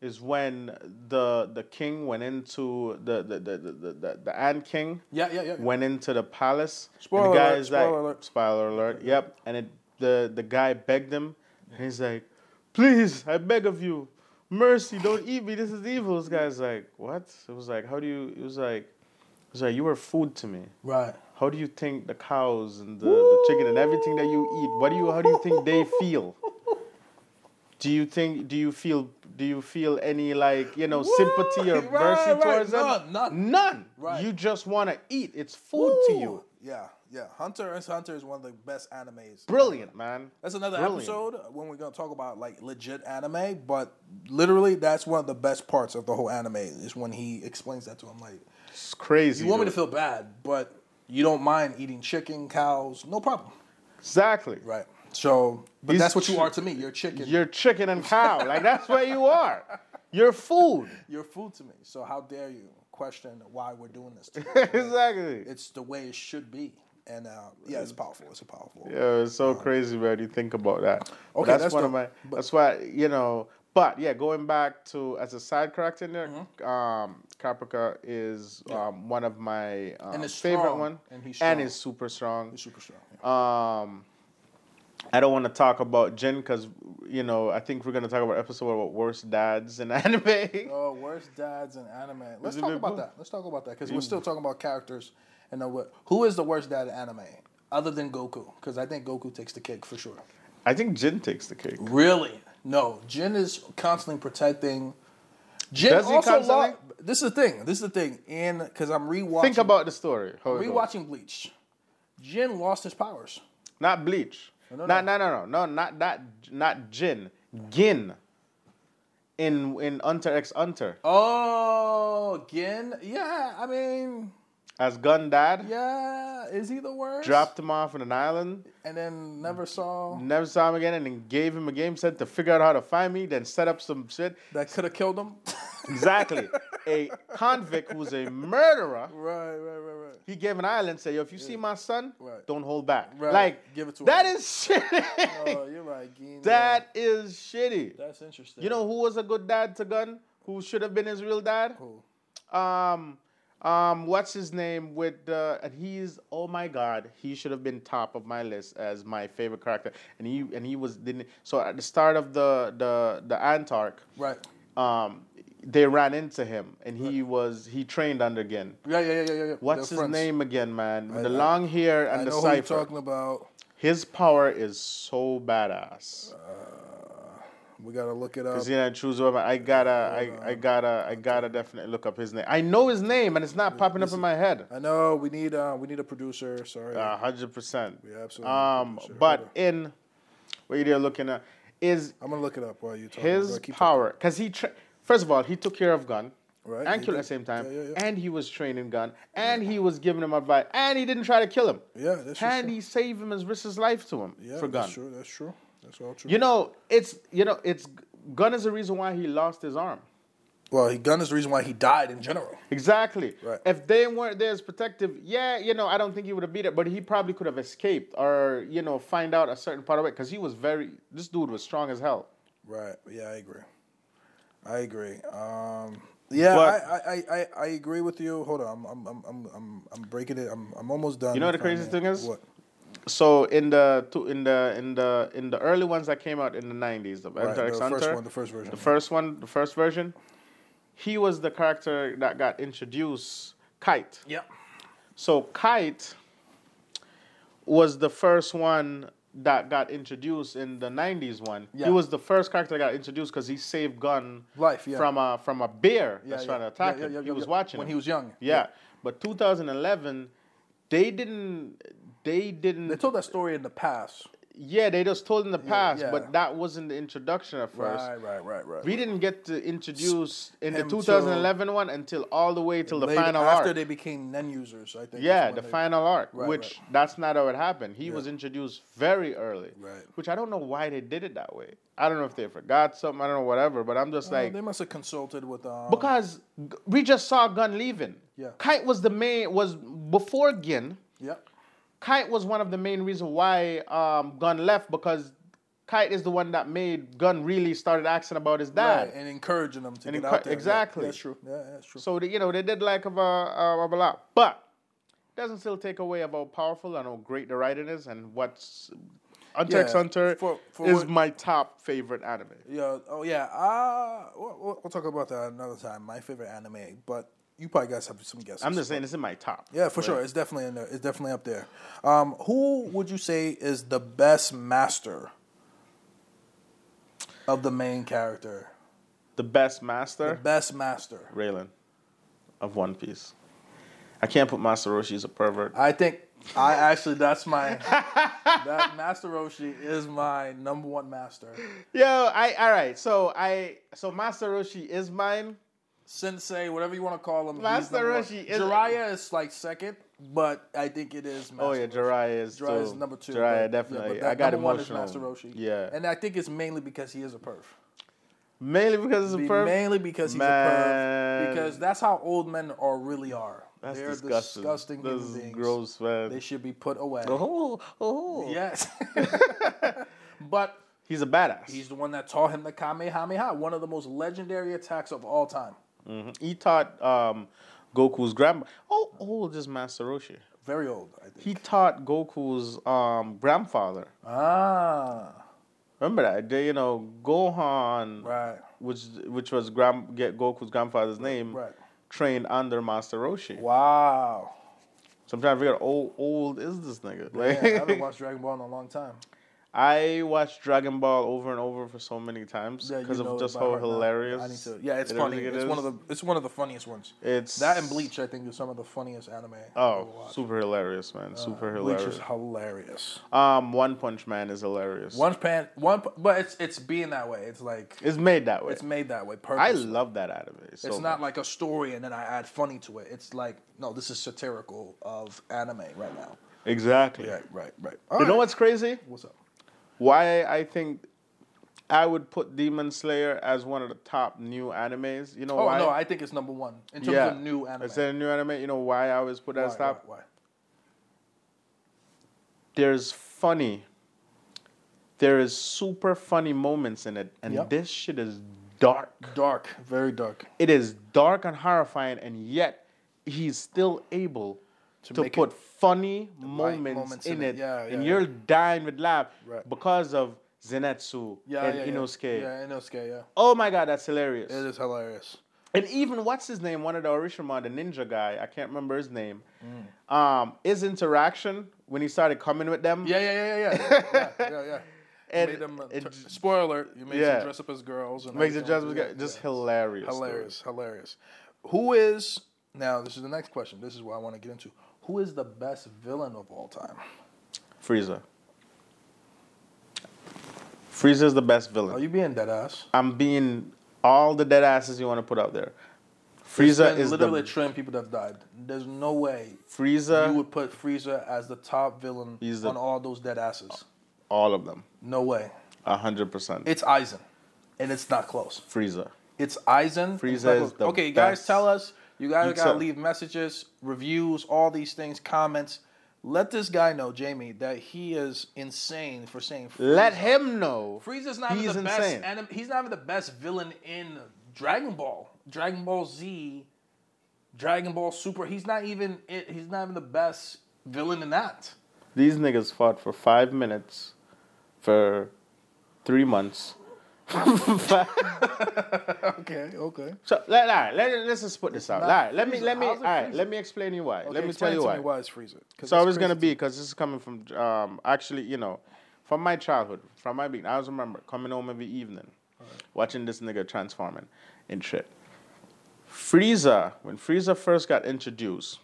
[SPEAKER 1] is when the the king went into the the the the, the, the, the ant king
[SPEAKER 2] Yeah, yeah, yeah.
[SPEAKER 1] went into the palace. and
[SPEAKER 2] Spoiler
[SPEAKER 1] the guy
[SPEAKER 2] alert,
[SPEAKER 1] is like,
[SPEAKER 2] spoiler alert.
[SPEAKER 1] spoiler alert. Yep. And it, the the guy begged him, and he's like, please, I beg of you, mercy, don't eat me. This is evil. This guy's like, what? It was like, how do you? It was like, it was like you were food to me.
[SPEAKER 2] right.
[SPEAKER 1] How do you think the cows and the, the chicken and everything that you eat? What do you? How do you think they feel? Do you think? Do you feel? Do you feel any like you know sympathy or
[SPEAKER 2] Right,
[SPEAKER 1] mercy
[SPEAKER 2] right,
[SPEAKER 1] towards them?
[SPEAKER 2] none, none. Right.
[SPEAKER 1] You just want to eat. It's food to you.
[SPEAKER 2] Ooh, Yeah, yeah. Hunter X Hunter is one of the best animes.
[SPEAKER 1] Brilliant, man.
[SPEAKER 2] That's another
[SPEAKER 1] Brilliant.
[SPEAKER 2] episode when we're gonna talk about like legit anime, but literally that's one of the best parts of the whole anime is when he explains that to him. Like,
[SPEAKER 1] It's crazy.
[SPEAKER 2] you want me to
[SPEAKER 1] dude.
[SPEAKER 2] feel bad, but you don't mind eating chicken, cows, no problem.
[SPEAKER 1] exactly.
[SPEAKER 2] Right. So, but
[SPEAKER 1] He's
[SPEAKER 2] that's what you
[SPEAKER 1] chi-
[SPEAKER 2] are to me. You're chicken. You're,
[SPEAKER 1] You're chicken and cow. like that's where you are. You're food.
[SPEAKER 2] food to me. So how dare you question why we're doing this? To you?
[SPEAKER 1] exactly.
[SPEAKER 2] it's the way it should be, and uh, yeah, it's powerful. It's a powerful.
[SPEAKER 1] Yeah, it's so crazy, man. You think about that. But
[SPEAKER 2] Okay,
[SPEAKER 1] that's,
[SPEAKER 2] that's
[SPEAKER 1] one of
[SPEAKER 2] dope.
[SPEAKER 1] my. that's why you know. But yeah, going back to as a side character in there,
[SPEAKER 2] Mm-hmm.
[SPEAKER 1] um, Caprica is um, one of my um,
[SPEAKER 2] it's
[SPEAKER 1] favorite
[SPEAKER 2] strong,
[SPEAKER 1] one,
[SPEAKER 2] and he's
[SPEAKER 1] and
[SPEAKER 2] strong.
[SPEAKER 1] is super strong.
[SPEAKER 2] It's super strong. yeah.
[SPEAKER 1] Um, I don't want to talk about Jin because you know I think we're gonna talk about episode about worst dads in anime.
[SPEAKER 2] Oh, worst dads in anime. Let's
[SPEAKER 1] it
[SPEAKER 2] talk
[SPEAKER 1] been
[SPEAKER 2] about
[SPEAKER 1] cool?
[SPEAKER 2] that. Let's talk about that because we're still talking about characters and the, what- who is the worst dad in anime other than Goku? Because I think Goku takes the cake for sure.
[SPEAKER 1] I think Jin takes the cake.
[SPEAKER 2] Really? No, Jin is constantly protecting. Jin
[SPEAKER 1] Does he
[SPEAKER 2] also lost.
[SPEAKER 1] constantly?
[SPEAKER 2] This is the thing. This is the thing. And because I'm rewatching,
[SPEAKER 1] Think about the story. How it goes.
[SPEAKER 2] rewatching Bleach. Jin lost his powers.
[SPEAKER 1] Not bleach. No, no,
[SPEAKER 2] no,
[SPEAKER 1] no, no, no, not not not gin. Gin. In in Hunter X Hunter
[SPEAKER 2] Oh, Gin. Yeah, I mean,
[SPEAKER 1] as Gun Dad
[SPEAKER 2] yeah. Is he the worst?
[SPEAKER 1] dropped him off on an island,
[SPEAKER 2] and then never saw.
[SPEAKER 1] never saw him again, and then gave him a game set to figure out how to find me, then set up some shit.
[SPEAKER 2] that could have killed him.
[SPEAKER 1] Exactly, a convict who's a murderer.
[SPEAKER 2] right, right, right, right.
[SPEAKER 1] He gave an island, say, "Yo, if you see my son,
[SPEAKER 2] Right.
[SPEAKER 1] don't hold back.
[SPEAKER 2] Right.
[SPEAKER 1] Like,
[SPEAKER 2] Give it to
[SPEAKER 1] That
[SPEAKER 2] him.
[SPEAKER 1] is shitty.
[SPEAKER 2] Oh, you're right, Gene.
[SPEAKER 1] That is shitty.
[SPEAKER 2] that's interesting.
[SPEAKER 1] You know who was a good dad to Gun? Who should have been his real dad?
[SPEAKER 2] Who?
[SPEAKER 1] Um, um, what's his name? With uh, and he's oh my god, he should have been top of my list as my favorite character. And he and he was didn't. So at the start of the the the Antark,
[SPEAKER 2] right?
[SPEAKER 1] um, they ran into him, and he was he trained under Gin.
[SPEAKER 2] Yeah, yeah, yeah, yeah, yeah, yeah.
[SPEAKER 1] What's
[SPEAKER 2] They're
[SPEAKER 1] his
[SPEAKER 2] friends.
[SPEAKER 1] name again, man? With the
[SPEAKER 2] I-
[SPEAKER 1] long hair
[SPEAKER 2] I
[SPEAKER 1] and the
[SPEAKER 2] know who you're
[SPEAKER 1] cipher.
[SPEAKER 2] talking about.
[SPEAKER 1] His power is so
[SPEAKER 2] Uh,
[SPEAKER 1] badass.
[SPEAKER 2] We gotta look it up.
[SPEAKER 1] Cause he didn't choose over. I gotta,
[SPEAKER 2] uh,
[SPEAKER 1] I, I gotta, I gotta definitely look up his name. I know his name, and it's not popping up in my head.
[SPEAKER 2] I know we need uh, we need a producer. Sorry.
[SPEAKER 1] A hundred percent.
[SPEAKER 2] Yeah, absolutely.
[SPEAKER 1] Uh, Um,
[SPEAKER 2] Sure.
[SPEAKER 1] but in what you're looking at is
[SPEAKER 2] I'm gonna look it up while you talk.
[SPEAKER 1] his
[SPEAKER 2] Keep talking.
[SPEAKER 1] power because he tra- first of all he took care of Gun
[SPEAKER 2] Right,
[SPEAKER 1] and
[SPEAKER 2] he
[SPEAKER 1] Kill at
[SPEAKER 2] did.
[SPEAKER 1] the same time,
[SPEAKER 2] Yeah, yeah, yeah.
[SPEAKER 1] and he was training Gun, and he was giving him advice, and he didn't try to kill him.
[SPEAKER 2] Yeah, that's for
[SPEAKER 1] and
[SPEAKER 2] sure.
[SPEAKER 1] he saved him and risked his life to him
[SPEAKER 2] Yeah,
[SPEAKER 1] for Gun.
[SPEAKER 2] that's true. That's true. That's all true.
[SPEAKER 1] You know, it's you know, it's Gun is the reason why he lost his arm.
[SPEAKER 2] well, he gun is the reason why he died in general.
[SPEAKER 1] Exactly.
[SPEAKER 2] Right.
[SPEAKER 1] If they weren't there as protective, yeah, you know, I don't think he would have beat it, but he probably could have escaped or, you know, find out a certain part of it because he was very, this dude was strong as hell.
[SPEAKER 2] Right. Yeah, I agree. I agree. Um, yeah,
[SPEAKER 1] But-
[SPEAKER 2] I, I, I, I agree with you. Hold on, I'm I'm, I'm, I'm, I'm breaking it. I'm, I'm almost done.
[SPEAKER 1] You know what the
[SPEAKER 2] if I
[SPEAKER 1] craziest
[SPEAKER 2] may.
[SPEAKER 1] thing is?
[SPEAKER 2] What?
[SPEAKER 1] So in the two in the in the in the early ones that came out in the nineties, the Enter
[SPEAKER 2] the
[SPEAKER 1] X
[SPEAKER 2] first
[SPEAKER 1] Hunter,
[SPEAKER 2] one, the first version.
[SPEAKER 1] the first one, the first version, he was the character that got introduced, Kite.
[SPEAKER 2] Yeah.
[SPEAKER 1] So Kite was the first one that got introduced in the '90s. One
[SPEAKER 2] Yeah.
[SPEAKER 1] he was the first character that got introduced because he saved Gun
[SPEAKER 2] Life, yeah.
[SPEAKER 1] from a from a bear
[SPEAKER 2] Yeah,
[SPEAKER 1] that's
[SPEAKER 2] yeah.
[SPEAKER 1] trying to attack
[SPEAKER 2] Yeah,
[SPEAKER 1] him.
[SPEAKER 2] yeah, yeah,
[SPEAKER 1] he
[SPEAKER 2] yeah,
[SPEAKER 1] was
[SPEAKER 2] yeah.
[SPEAKER 1] watching
[SPEAKER 2] When
[SPEAKER 1] him.
[SPEAKER 2] he was young.
[SPEAKER 1] Yeah. but 2011, they didn't. They didn't.
[SPEAKER 2] They told that story in the past.
[SPEAKER 1] yeah, they just told in the past,
[SPEAKER 2] yeah.
[SPEAKER 1] but that wasn't the introduction at first.
[SPEAKER 2] Right, right, right, right.
[SPEAKER 1] We didn't get to introduce in the
[SPEAKER 2] him till-
[SPEAKER 1] 2011 one until all the way till the
[SPEAKER 2] Later-
[SPEAKER 1] final
[SPEAKER 2] after
[SPEAKER 1] arc.
[SPEAKER 2] they became NEN users, I think. is
[SPEAKER 1] yeah,
[SPEAKER 2] when
[SPEAKER 1] the
[SPEAKER 2] they-
[SPEAKER 1] final arc,
[SPEAKER 2] Right,
[SPEAKER 1] which that's not how it happened. He was introduced very early,
[SPEAKER 2] Right.
[SPEAKER 1] which I don't know why they did it that way. I don't know if they forgot something. I don't know whatever, but I'm just
[SPEAKER 2] Well,
[SPEAKER 1] like
[SPEAKER 2] they must have consulted with um,
[SPEAKER 1] because g- we just saw Gun leaving.
[SPEAKER 2] Yeah.
[SPEAKER 1] Kite was the main was before Gin.
[SPEAKER 2] yeah,
[SPEAKER 1] Kite was one of the main reason why um, Gun left because Kite is the one that made Gun really started asking about his dad.
[SPEAKER 2] right, and encouraging them to
[SPEAKER 1] And
[SPEAKER 2] get
[SPEAKER 1] encour-
[SPEAKER 2] out there. Yeah,
[SPEAKER 1] exactly.
[SPEAKER 2] that's true. Yeah, that's true.
[SPEAKER 1] So they, you know they did like of a, a, of a lot, but doesn't still take away of how powerful and how great the writing is and what's. Hunter x
[SPEAKER 2] Yeah,
[SPEAKER 1] Hunter
[SPEAKER 2] for- for
[SPEAKER 1] is
[SPEAKER 2] what-
[SPEAKER 1] my top favorite anime.
[SPEAKER 2] Yeah. Oh yeah. Uh, we'll, we'll- we'll talk about that another time. My favorite anime, but you probably guys have some guesses.
[SPEAKER 1] I'm just saying this is my top.
[SPEAKER 2] Yeah, for sure. It's definitely in there. It's definitely up there. Um, who would you say is the best master of the main character?
[SPEAKER 1] The best master,
[SPEAKER 2] Best master.
[SPEAKER 1] Raylan, of One Piece. I can't put Master Roshi as a pervert.
[SPEAKER 2] I think I actually that's my that Master Roshi is my number one master.
[SPEAKER 1] Yo, I all right. So I so Master Roshi is mine.
[SPEAKER 2] Sensei, whatever you want to call him. he's
[SPEAKER 1] Master
[SPEAKER 2] number one.
[SPEAKER 1] Roshi is-
[SPEAKER 2] Jiraiya is like second, but I think it is. Master
[SPEAKER 1] Oh yeah,
[SPEAKER 2] Roshi.
[SPEAKER 1] Jiraiya is
[SPEAKER 2] Jiraiya is
[SPEAKER 1] too.
[SPEAKER 2] number two.
[SPEAKER 1] Jiraiya
[SPEAKER 2] but- yeah,
[SPEAKER 1] definitely.
[SPEAKER 2] but that
[SPEAKER 1] I got
[SPEAKER 2] number
[SPEAKER 1] emotional.
[SPEAKER 2] One is Master Roshi.
[SPEAKER 1] Yeah,
[SPEAKER 2] and I think it's mainly because he is a perf.
[SPEAKER 1] mainly because it's a
[SPEAKER 2] Be-
[SPEAKER 1] pervert.
[SPEAKER 2] Mainly because he's a perf.
[SPEAKER 1] Man.
[SPEAKER 2] Because that's how old men are really are.
[SPEAKER 1] That's
[SPEAKER 2] They're
[SPEAKER 1] disgusting.
[SPEAKER 2] disgusting
[SPEAKER 1] This
[SPEAKER 2] human
[SPEAKER 1] is
[SPEAKER 2] beings.
[SPEAKER 1] gross, man.
[SPEAKER 2] They should be put away.
[SPEAKER 1] oh, oh.
[SPEAKER 2] Yes. but
[SPEAKER 1] He's a badass.
[SPEAKER 2] he's the one that taught him the Kamehameha, one of the most legendary attacks of all time.
[SPEAKER 1] Mhm. He taught um, Goku's grandma. Oh, old is Master Roshi?
[SPEAKER 2] Very old, I think.
[SPEAKER 1] He taught Goku's um, grandfather.
[SPEAKER 2] Ah,
[SPEAKER 1] Remember that? They, you know, Gohan,
[SPEAKER 2] right,
[SPEAKER 1] which which was grand, get Goku's grandfather's name,
[SPEAKER 2] right.
[SPEAKER 1] trained under Master Roshi.
[SPEAKER 2] Wow.
[SPEAKER 1] So I'm trying to figure out how old is this nigga?
[SPEAKER 2] Yeah, I
[SPEAKER 1] Like,
[SPEAKER 2] haven't watched Dragon Ball in a long time.
[SPEAKER 1] I watched Dragon Ball over and over for so many times
[SPEAKER 2] Yeah, you
[SPEAKER 1] because
[SPEAKER 2] know
[SPEAKER 1] of
[SPEAKER 2] it
[SPEAKER 1] just
[SPEAKER 2] by
[SPEAKER 1] how
[SPEAKER 2] heart now.
[SPEAKER 1] hilarious.
[SPEAKER 2] I need to. Yeah, it's
[SPEAKER 1] it
[SPEAKER 2] funny.
[SPEAKER 1] really
[SPEAKER 2] It's
[SPEAKER 1] is.
[SPEAKER 2] one of the. It's one of the funniest ones.
[SPEAKER 1] It's
[SPEAKER 2] That and Bleach, I think, is some of the funniest anime. I've ever
[SPEAKER 1] Oh,
[SPEAKER 2] watched. Uh,
[SPEAKER 1] super hilarious, man! Super
[SPEAKER 2] Bleach
[SPEAKER 1] hilarious.
[SPEAKER 2] is hilarious.
[SPEAKER 1] Um, One Punch Man is hilarious.
[SPEAKER 2] One pan, one, p- but it's it's being that way. It's like
[SPEAKER 1] It's made that way.
[SPEAKER 2] it's made that way.
[SPEAKER 1] I
[SPEAKER 2] Purpose.
[SPEAKER 1] love that anime. So
[SPEAKER 2] It's not like a story and then I add funny to it. It's like no, this is satirical of anime right now.
[SPEAKER 1] exactly.
[SPEAKER 2] Right, right, right.
[SPEAKER 1] You know what's crazy?
[SPEAKER 2] what's up?
[SPEAKER 1] Why I think I would put Demon Slayer as one of the top new animes. You know
[SPEAKER 2] Oh
[SPEAKER 1] why?
[SPEAKER 2] no, I think it's number one in terms of new anime.
[SPEAKER 1] Is that a new anime? You know why I always put that
[SPEAKER 2] Why,
[SPEAKER 1] as top?
[SPEAKER 2] why, why?
[SPEAKER 1] There's funny. There is super funny moments in it, and
[SPEAKER 2] Yep.
[SPEAKER 1] this shit is dark.
[SPEAKER 2] Dark, very dark.
[SPEAKER 1] It is dark and horrifying, and yet he's still able to,
[SPEAKER 2] make
[SPEAKER 1] put funny
[SPEAKER 2] right
[SPEAKER 1] moments,
[SPEAKER 2] moments
[SPEAKER 1] in,
[SPEAKER 2] in
[SPEAKER 1] it.
[SPEAKER 2] it. Yeah, yeah,
[SPEAKER 1] and you're dying with laugh
[SPEAKER 2] Right.
[SPEAKER 1] because of Zenetsu
[SPEAKER 2] Yeah,
[SPEAKER 1] and
[SPEAKER 2] yeah,
[SPEAKER 1] Inosuke.
[SPEAKER 2] Yeah, yeah Inosuke. Yeah,
[SPEAKER 1] Oh my god, that's hilarious.
[SPEAKER 2] it is hilarious.
[SPEAKER 1] And even what's his name, one of the Orishima, the ninja guy, I can't remember his name. Um, his interaction when he started coming with them.
[SPEAKER 2] Mm. Yeah, yeah, yeah, yeah, yeah, yeah. yeah, yeah.
[SPEAKER 1] And-
[SPEAKER 2] you made them, uh,
[SPEAKER 1] and
[SPEAKER 2] tur-
[SPEAKER 1] j-
[SPEAKER 2] spoiler alert, you made
[SPEAKER 1] Yeah.
[SPEAKER 2] them dress up as girls and
[SPEAKER 1] Makes it
[SPEAKER 2] everything
[SPEAKER 1] just,
[SPEAKER 2] like that.
[SPEAKER 1] just
[SPEAKER 2] Yeah.
[SPEAKER 1] hilarious. dude.
[SPEAKER 2] Hilarious, hilarious. Who is now? This is the next question. This is what I want to get into. Who is the best villain of all time?
[SPEAKER 1] Frieza. Frieza's the best villain.
[SPEAKER 2] Are you being dead ass?
[SPEAKER 1] I'm being all the dead asses you want to put out there.
[SPEAKER 2] There's
[SPEAKER 1] Frieza
[SPEAKER 2] been
[SPEAKER 1] is
[SPEAKER 2] literally
[SPEAKER 1] the
[SPEAKER 2] a trillion people that died. There's no way you
[SPEAKER 1] Frieza.
[SPEAKER 2] would put Frieza as the top villain
[SPEAKER 1] He's the-
[SPEAKER 2] on all those dead asses.
[SPEAKER 1] All of them,
[SPEAKER 2] No way.
[SPEAKER 1] a hundred percent.
[SPEAKER 2] It's Aizen, and it's not close.
[SPEAKER 1] Frieza.
[SPEAKER 2] It's Aizen.
[SPEAKER 1] Frieza
[SPEAKER 2] It's not
[SPEAKER 1] is
[SPEAKER 2] close.
[SPEAKER 1] the
[SPEAKER 2] okay,
[SPEAKER 1] best.
[SPEAKER 2] guys, tell us. You guys
[SPEAKER 1] You
[SPEAKER 2] gotta
[SPEAKER 1] tell-
[SPEAKER 2] leave messages, reviews, all these things, comments. Let this guy know, Jamie, that he is insane for saying.
[SPEAKER 1] Let
[SPEAKER 2] Frieza.
[SPEAKER 1] him know.
[SPEAKER 2] Frieza's not even
[SPEAKER 1] He's
[SPEAKER 2] the
[SPEAKER 1] insane.
[SPEAKER 2] best. Anim- he's not even the best villain in Dragon Ball, Dragon Ball Z, Dragon Ball Super. He's not even. It, he's not even the best villain in that.
[SPEAKER 1] These niggas fought for five minutes, for three months,
[SPEAKER 2] okay, okay.
[SPEAKER 1] So let, all right, let, let's just put this out. All
[SPEAKER 2] not
[SPEAKER 1] right, let me
[SPEAKER 2] freezer.
[SPEAKER 1] let me all
[SPEAKER 2] How's it
[SPEAKER 1] right,
[SPEAKER 2] freezer?
[SPEAKER 1] let me explain you why. let
[SPEAKER 2] Okay,
[SPEAKER 1] me tell
[SPEAKER 2] explain
[SPEAKER 1] you
[SPEAKER 2] to
[SPEAKER 1] why.
[SPEAKER 2] me why it's freezer. 'cause
[SPEAKER 1] So
[SPEAKER 2] it's
[SPEAKER 1] I was gonna
[SPEAKER 2] crazy
[SPEAKER 1] be because this is coming from um actually you know from my childhood from my being I always remember coming home every evening watching this nigga transforming and shit. Frieza when Frieza first got introduced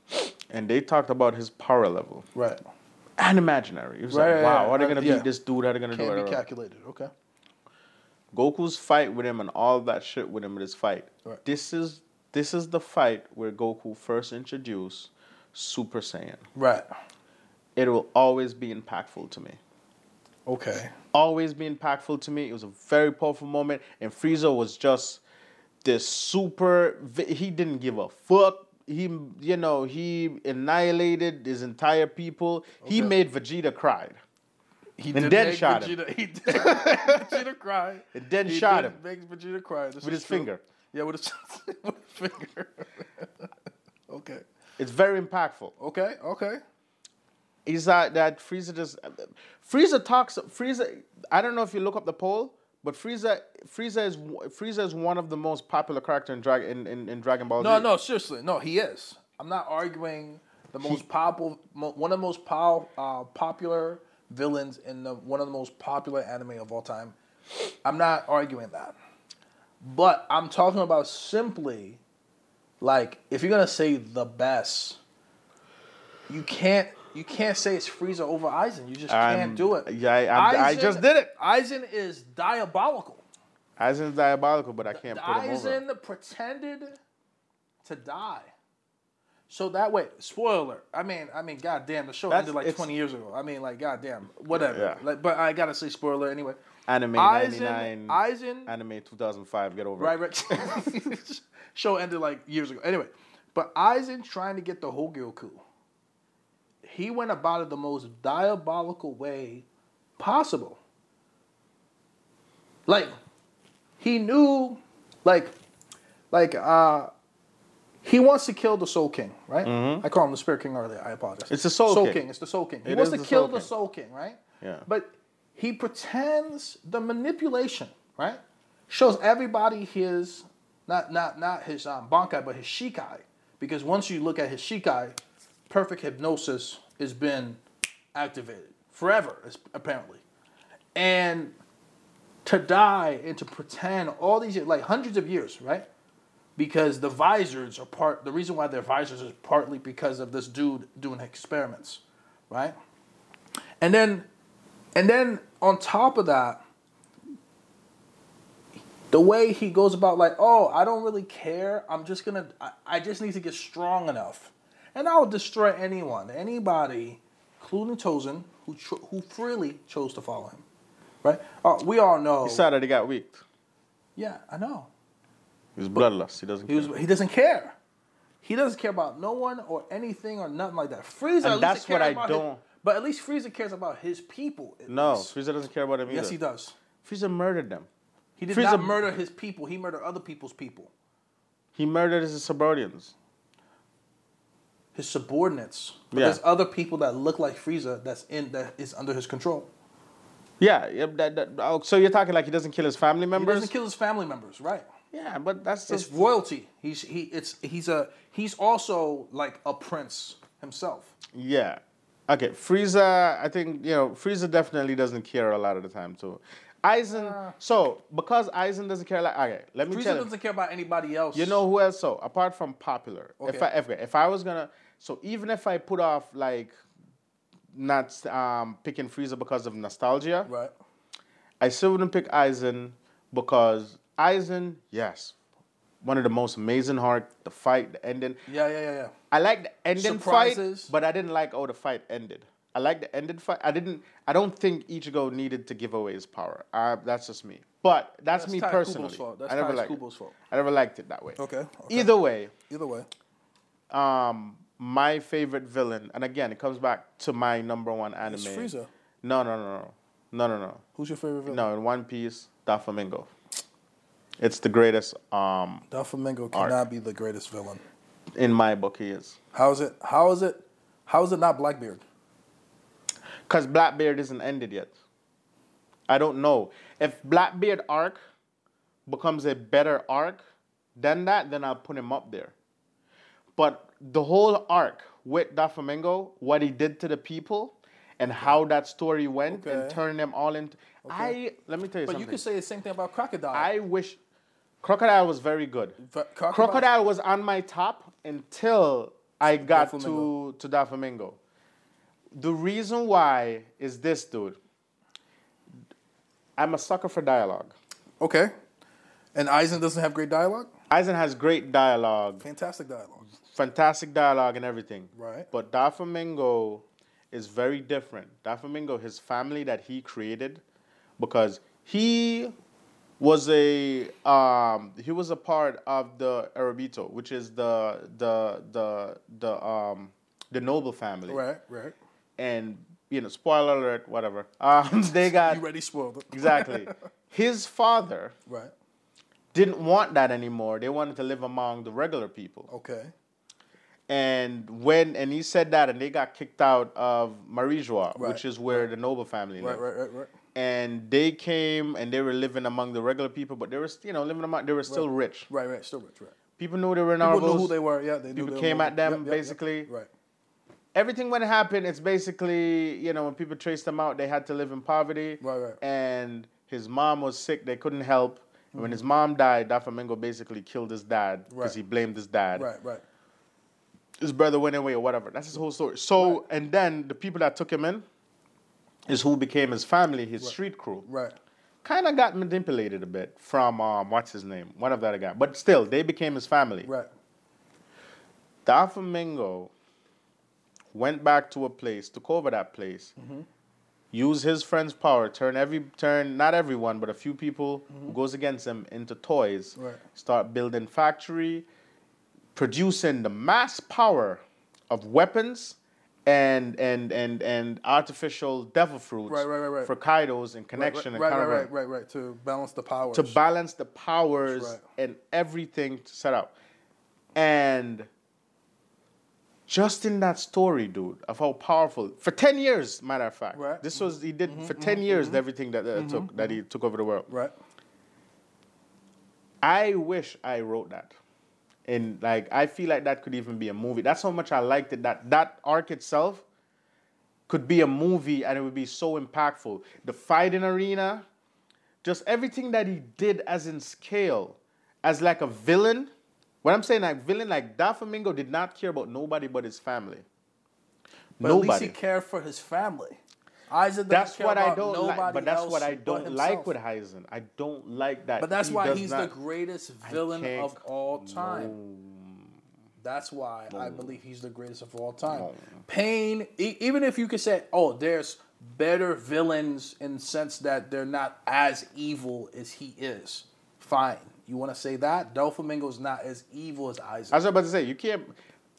[SPEAKER 1] and they talked about his power level
[SPEAKER 2] to- Right.
[SPEAKER 1] and imaginary. It was
[SPEAKER 2] Right,
[SPEAKER 1] like
[SPEAKER 2] right,
[SPEAKER 1] wow,
[SPEAKER 2] right.
[SPEAKER 1] are they
[SPEAKER 2] Uh,
[SPEAKER 1] gonna
[SPEAKER 2] yeah.
[SPEAKER 1] beat this dude? Are they gonna do
[SPEAKER 2] Can't be
[SPEAKER 1] it?
[SPEAKER 2] calculated. Okay.
[SPEAKER 1] Goku's fight with him and all that shit with him in this fight.
[SPEAKER 2] Right.
[SPEAKER 1] This is this is the fight where Goku first introduced Super Saiyan.
[SPEAKER 2] Right.
[SPEAKER 1] It will always be impactful to me.
[SPEAKER 2] Okay.
[SPEAKER 1] Always be impactful to me. It was a very powerful moment, and Frieza was just this super. vi- He didn't give a fuck. He, you know, he annihilated his entire people. He
[SPEAKER 2] Okay.
[SPEAKER 1] made Vegeta cry.
[SPEAKER 2] He
[SPEAKER 1] And
[SPEAKER 2] did
[SPEAKER 1] then
[SPEAKER 2] make
[SPEAKER 1] shot him.
[SPEAKER 2] Vegeta, He did make Vegeta cry.
[SPEAKER 1] And then
[SPEAKER 2] He
[SPEAKER 1] shot
[SPEAKER 2] did
[SPEAKER 1] him.
[SPEAKER 2] Make Vegeta cry. This
[SPEAKER 1] With
[SPEAKER 2] is
[SPEAKER 1] his
[SPEAKER 2] true.
[SPEAKER 1] finger.
[SPEAKER 2] Yeah, with his, with his finger. okay.
[SPEAKER 1] It's very impactful.
[SPEAKER 2] Okay. Okay.
[SPEAKER 1] is that that Frieza just Frieza talks Frieza. I don't know if you look up the poll, but Frieza Frieza is Frieza is one of the most popular character in Dragon in, in, in Dragon Ball
[SPEAKER 2] No,
[SPEAKER 1] Z.
[SPEAKER 2] no, seriously, no. He is. I'm not arguing the most powerful, mo- one of the most pow, uh, popular villains in the one of the most popular anime of all time. I'm not arguing that, but I'm talking about simply, like, if you're gonna say the best, you can't. You can't say it's Frieza over Aizen. You just
[SPEAKER 1] I'm-
[SPEAKER 2] can't do it.
[SPEAKER 1] yeah, I- I'm- I just did it.
[SPEAKER 2] Aizen is diabolical.
[SPEAKER 1] Aizen's diabolical, but I can't put him over.
[SPEAKER 2] Aizen pretended to die. So that way, spoiler. I mean, I mean, goddamn, the show
[SPEAKER 1] That's-
[SPEAKER 2] ended like
[SPEAKER 1] it's-
[SPEAKER 2] twenty years ago. I mean, like, goddamn, whatever.
[SPEAKER 1] Yeah.
[SPEAKER 2] Like, but I gotta say spoiler anyway.
[SPEAKER 1] Anime ninety
[SPEAKER 2] Aizen,
[SPEAKER 1] nine,
[SPEAKER 2] Aizen,
[SPEAKER 1] anime two thousand five. Get over
[SPEAKER 2] right,
[SPEAKER 1] it.
[SPEAKER 2] right. show ended like years ago. Anyway, but Aizen trying to get the Hogyoku. He went about it the most diabolical way possible. Like, he knew, like, like uh, he wants to kill the Soul King, right? I call him the Spirit King earlier. I apologize.
[SPEAKER 1] Mm-hmm. It's the Soul King.
[SPEAKER 2] It's the Soul King. He
[SPEAKER 1] It
[SPEAKER 2] wants
[SPEAKER 1] is
[SPEAKER 2] to
[SPEAKER 1] the
[SPEAKER 2] kill
[SPEAKER 1] Soul
[SPEAKER 2] the
[SPEAKER 1] King.
[SPEAKER 2] Soul King, right?
[SPEAKER 1] Yeah.
[SPEAKER 2] But he pretends the manipulation, right? Shows everybody his not not not his um, bankai, but his shikai, because once you look at his shikai, perfect hypnosis has been activated forever, as- apparently, and to die and to pretend all these like hundreds of years, right? Because the visors are part. The reason why they're visors is partly because of this dude doing experiments, right? And then, and then on top of that, the way he goes about like, oh, I don't really care. I'm just gonna. I, I just need to get strong enough, and I'll destroy anyone, anybody, including Tozen, who cho- who freely chose to follow him, right? Oh, we all know.
[SPEAKER 1] He saw that he got weak.
[SPEAKER 2] Yeah, I know.
[SPEAKER 1] He was bloodlust. He doesn't.
[SPEAKER 2] He was,
[SPEAKER 1] care.
[SPEAKER 2] he doesn't care. He doesn't care about no one or anything or nothing like that. Frieza. at least
[SPEAKER 1] that's
[SPEAKER 2] cares
[SPEAKER 1] what I
[SPEAKER 2] about his-
[SPEAKER 1] don't-
[SPEAKER 2] but at least Frieza cares about his people. at
[SPEAKER 1] No,
[SPEAKER 2] least.
[SPEAKER 1] Frieza doesn't care about him either.
[SPEAKER 2] Yes, he does.
[SPEAKER 1] Frieza murdered them.
[SPEAKER 2] He did
[SPEAKER 1] Frieza-
[SPEAKER 2] not murder his people. He murdered other people's people,
[SPEAKER 1] He murdered his subordinates.
[SPEAKER 2] his subordinates. But
[SPEAKER 1] Yeah.
[SPEAKER 2] there's other people that look like Frieza that's in that is under his control.
[SPEAKER 1] Yeah, yeah that, that, oh, so you're talking like he doesn't kill his family
[SPEAKER 2] He
[SPEAKER 1] members?
[SPEAKER 2] doesn't kill his family members, right?
[SPEAKER 1] yeah, but that's just
[SPEAKER 2] It's royalty. He's he. It's he's a he's also like a prince himself.
[SPEAKER 1] Yeah. Okay, Frieza, I think, you know, Frieza definitely doesn't care a lot of the time, too. Aizen, so, because Aizen doesn't care, like, okay, let me
[SPEAKER 2] Uh. Frieza
[SPEAKER 1] tell you.
[SPEAKER 2] doesn't care about anybody else.
[SPEAKER 1] You know who else, so, apart from popular. If,
[SPEAKER 2] Okay.
[SPEAKER 1] I, if, if I was gonna, so even if I put off, like, not um, picking Frieza because of nostalgia,
[SPEAKER 2] right?
[SPEAKER 1] I still wouldn't pick Aizen because Aizen, yes, one of the most amazing heart, the fight, the ending.
[SPEAKER 2] Yeah, yeah, yeah, yeah.
[SPEAKER 1] I like the ending
[SPEAKER 2] Surprises.
[SPEAKER 1] fight, but I didn't like how the fight ended. I like the ended fight. I didn't. I don't think Ichigo needed to give away his power. Uh, that's just me. But that's,
[SPEAKER 2] That's
[SPEAKER 1] me
[SPEAKER 2] Ty Kubo's
[SPEAKER 1] personally.
[SPEAKER 2] fault. That's
[SPEAKER 1] I never
[SPEAKER 2] Ty
[SPEAKER 1] liked it.
[SPEAKER 2] Kubo's fault.
[SPEAKER 1] I never liked it that way.
[SPEAKER 2] Okay, okay.
[SPEAKER 1] Either way,
[SPEAKER 2] Either way.
[SPEAKER 1] um, my favorite villain, and again, it comes back to my number one anime.
[SPEAKER 2] Frieza.
[SPEAKER 1] No, no, no, no, no, no, no.
[SPEAKER 2] Who's your favorite villain?
[SPEAKER 1] No, in One Piece, Doflamingo. It's the greatest. Um,
[SPEAKER 2] Doflamingo
[SPEAKER 1] Arc.
[SPEAKER 2] cannot be the greatest villain.
[SPEAKER 1] in my book, he is.
[SPEAKER 2] How is it? How is it? How is it not Blackbeard?
[SPEAKER 1] Because Blackbeard isn't ended yet. I don't know. If Blackbeard arc becomes a better arc than that, then I'll put him up there. But the whole arc with Doflamingo, what he did to the people, and how that story went, and
[SPEAKER 2] Okay.
[SPEAKER 1] turning them all into. I let me tell you
[SPEAKER 2] But you
[SPEAKER 1] something.
[SPEAKER 2] could say the same thing about Crocodile.
[SPEAKER 1] I wish Crocodile was very good.
[SPEAKER 2] Fr- Crocodile-
[SPEAKER 1] Crocodile was on my top until I got to
[SPEAKER 2] Doflamingo.
[SPEAKER 1] to Doflamingo. The reason why is this, dude. I'm a sucker for dialogue.
[SPEAKER 2] okay. And Eisen doesn't have great dialogue?
[SPEAKER 1] Eisen has great dialogue,
[SPEAKER 2] Fantastic dialogue.
[SPEAKER 1] fantastic dialogue, and everything.
[SPEAKER 2] Right.
[SPEAKER 1] But Doflamingo is very different. Doflamingo, his family that he created, because he was a um, he was a part of the Arabito, which is the the the the um, the noble family.
[SPEAKER 2] Right, right.
[SPEAKER 1] And you know, spoiler alert, whatever. Um, they got
[SPEAKER 2] You already spoiled it.
[SPEAKER 1] exactly. His father
[SPEAKER 2] Right.
[SPEAKER 1] didn't want that anymore. They wanted to live among the regular people.
[SPEAKER 2] Okay.
[SPEAKER 1] and when and he said that and they got kicked out of Marijua,
[SPEAKER 2] Right.
[SPEAKER 1] which is where the noble family
[SPEAKER 2] Right,
[SPEAKER 1] lived.
[SPEAKER 2] right, right, right.
[SPEAKER 1] And they came and they were living among the regular people, but they were st- you know living among they were still rich.
[SPEAKER 2] Right, right. Still rich, right.
[SPEAKER 1] People knew they were
[SPEAKER 2] People knew who
[SPEAKER 1] narvals.
[SPEAKER 2] they were. Yeah, they knew
[SPEAKER 1] people
[SPEAKER 2] they were
[SPEAKER 1] came at
[SPEAKER 2] moving.
[SPEAKER 1] them,
[SPEAKER 2] Yep, yep, yep.
[SPEAKER 1] basically.
[SPEAKER 2] Right.
[SPEAKER 1] Everything when it happened, it's basically you know when people traced them out, they had to live in poverty.
[SPEAKER 2] Right, right.
[SPEAKER 1] And his mom was sick; they couldn't help. And when his mom died, Daflamingo basically killed his dad because
[SPEAKER 2] Mm-hmm. Right.
[SPEAKER 1] he blamed his dad.
[SPEAKER 2] Right, right.
[SPEAKER 1] his brother went away or whatever. That's his whole story. So, and then the people that took him in is who became his family, his street crew.
[SPEAKER 2] Right.
[SPEAKER 1] Kind of got manipulated a bit from um, what's his name, one of the other guy. But still, they became his family.
[SPEAKER 2] Right.
[SPEAKER 1] Doflamingo went back to a place, took over that place,
[SPEAKER 2] Mm-hmm.
[SPEAKER 1] used his friend's power, turn every turn, not everyone, but a few people who goes against him into toys.
[SPEAKER 2] Mm-hmm. Right.
[SPEAKER 1] Start building factory, producing the mass power of weapons and and and and artificial devil fruits
[SPEAKER 2] Right, right, right, right.
[SPEAKER 1] for Kaidos and connection
[SPEAKER 2] right,
[SPEAKER 1] and
[SPEAKER 2] right,
[SPEAKER 1] Karavan
[SPEAKER 2] right, right, right, To balance the power.
[SPEAKER 1] to balance the powers
[SPEAKER 2] That's right.
[SPEAKER 1] and everything to set up. And just in that story, dude, of how powerful for ten years, matter of fact,
[SPEAKER 2] Right. Mm-hmm.
[SPEAKER 1] this was he did for 10 years everything that uh, took that he took over the world.
[SPEAKER 2] Right.
[SPEAKER 1] I wish I wrote that. And like I feel like that could even be a movie. That's how much I liked it. That that arc itself could be a movie and it would be so impactful. The fighting arena, just everything that he did as in scale, as like a villain. When I'm saying like villain, like Doflamingo did not care about nobody but his family.
[SPEAKER 2] But
[SPEAKER 1] nobody.
[SPEAKER 2] at least he cared for his family. Isaac doesn't
[SPEAKER 1] that's
[SPEAKER 2] care
[SPEAKER 1] what I
[SPEAKER 2] about
[SPEAKER 1] don't
[SPEAKER 2] nobody
[SPEAKER 1] like. But that's
[SPEAKER 2] else
[SPEAKER 1] what I
[SPEAKER 2] but
[SPEAKER 1] don't like
[SPEAKER 2] himself.
[SPEAKER 1] with Heisen. I don't like that.
[SPEAKER 2] But that's
[SPEAKER 1] he
[SPEAKER 2] why
[SPEAKER 1] does
[SPEAKER 2] he's
[SPEAKER 1] not-
[SPEAKER 2] the greatest villain
[SPEAKER 1] can't-
[SPEAKER 2] of all time. That's why I believe he's the greatest of all time. Pain, e- even if you could say, oh, there's better villains in the sense that they're not as evil as he is. Fine. You want to say that? Delflamingo's not as evil as Isaac.
[SPEAKER 1] I was about to say you can't.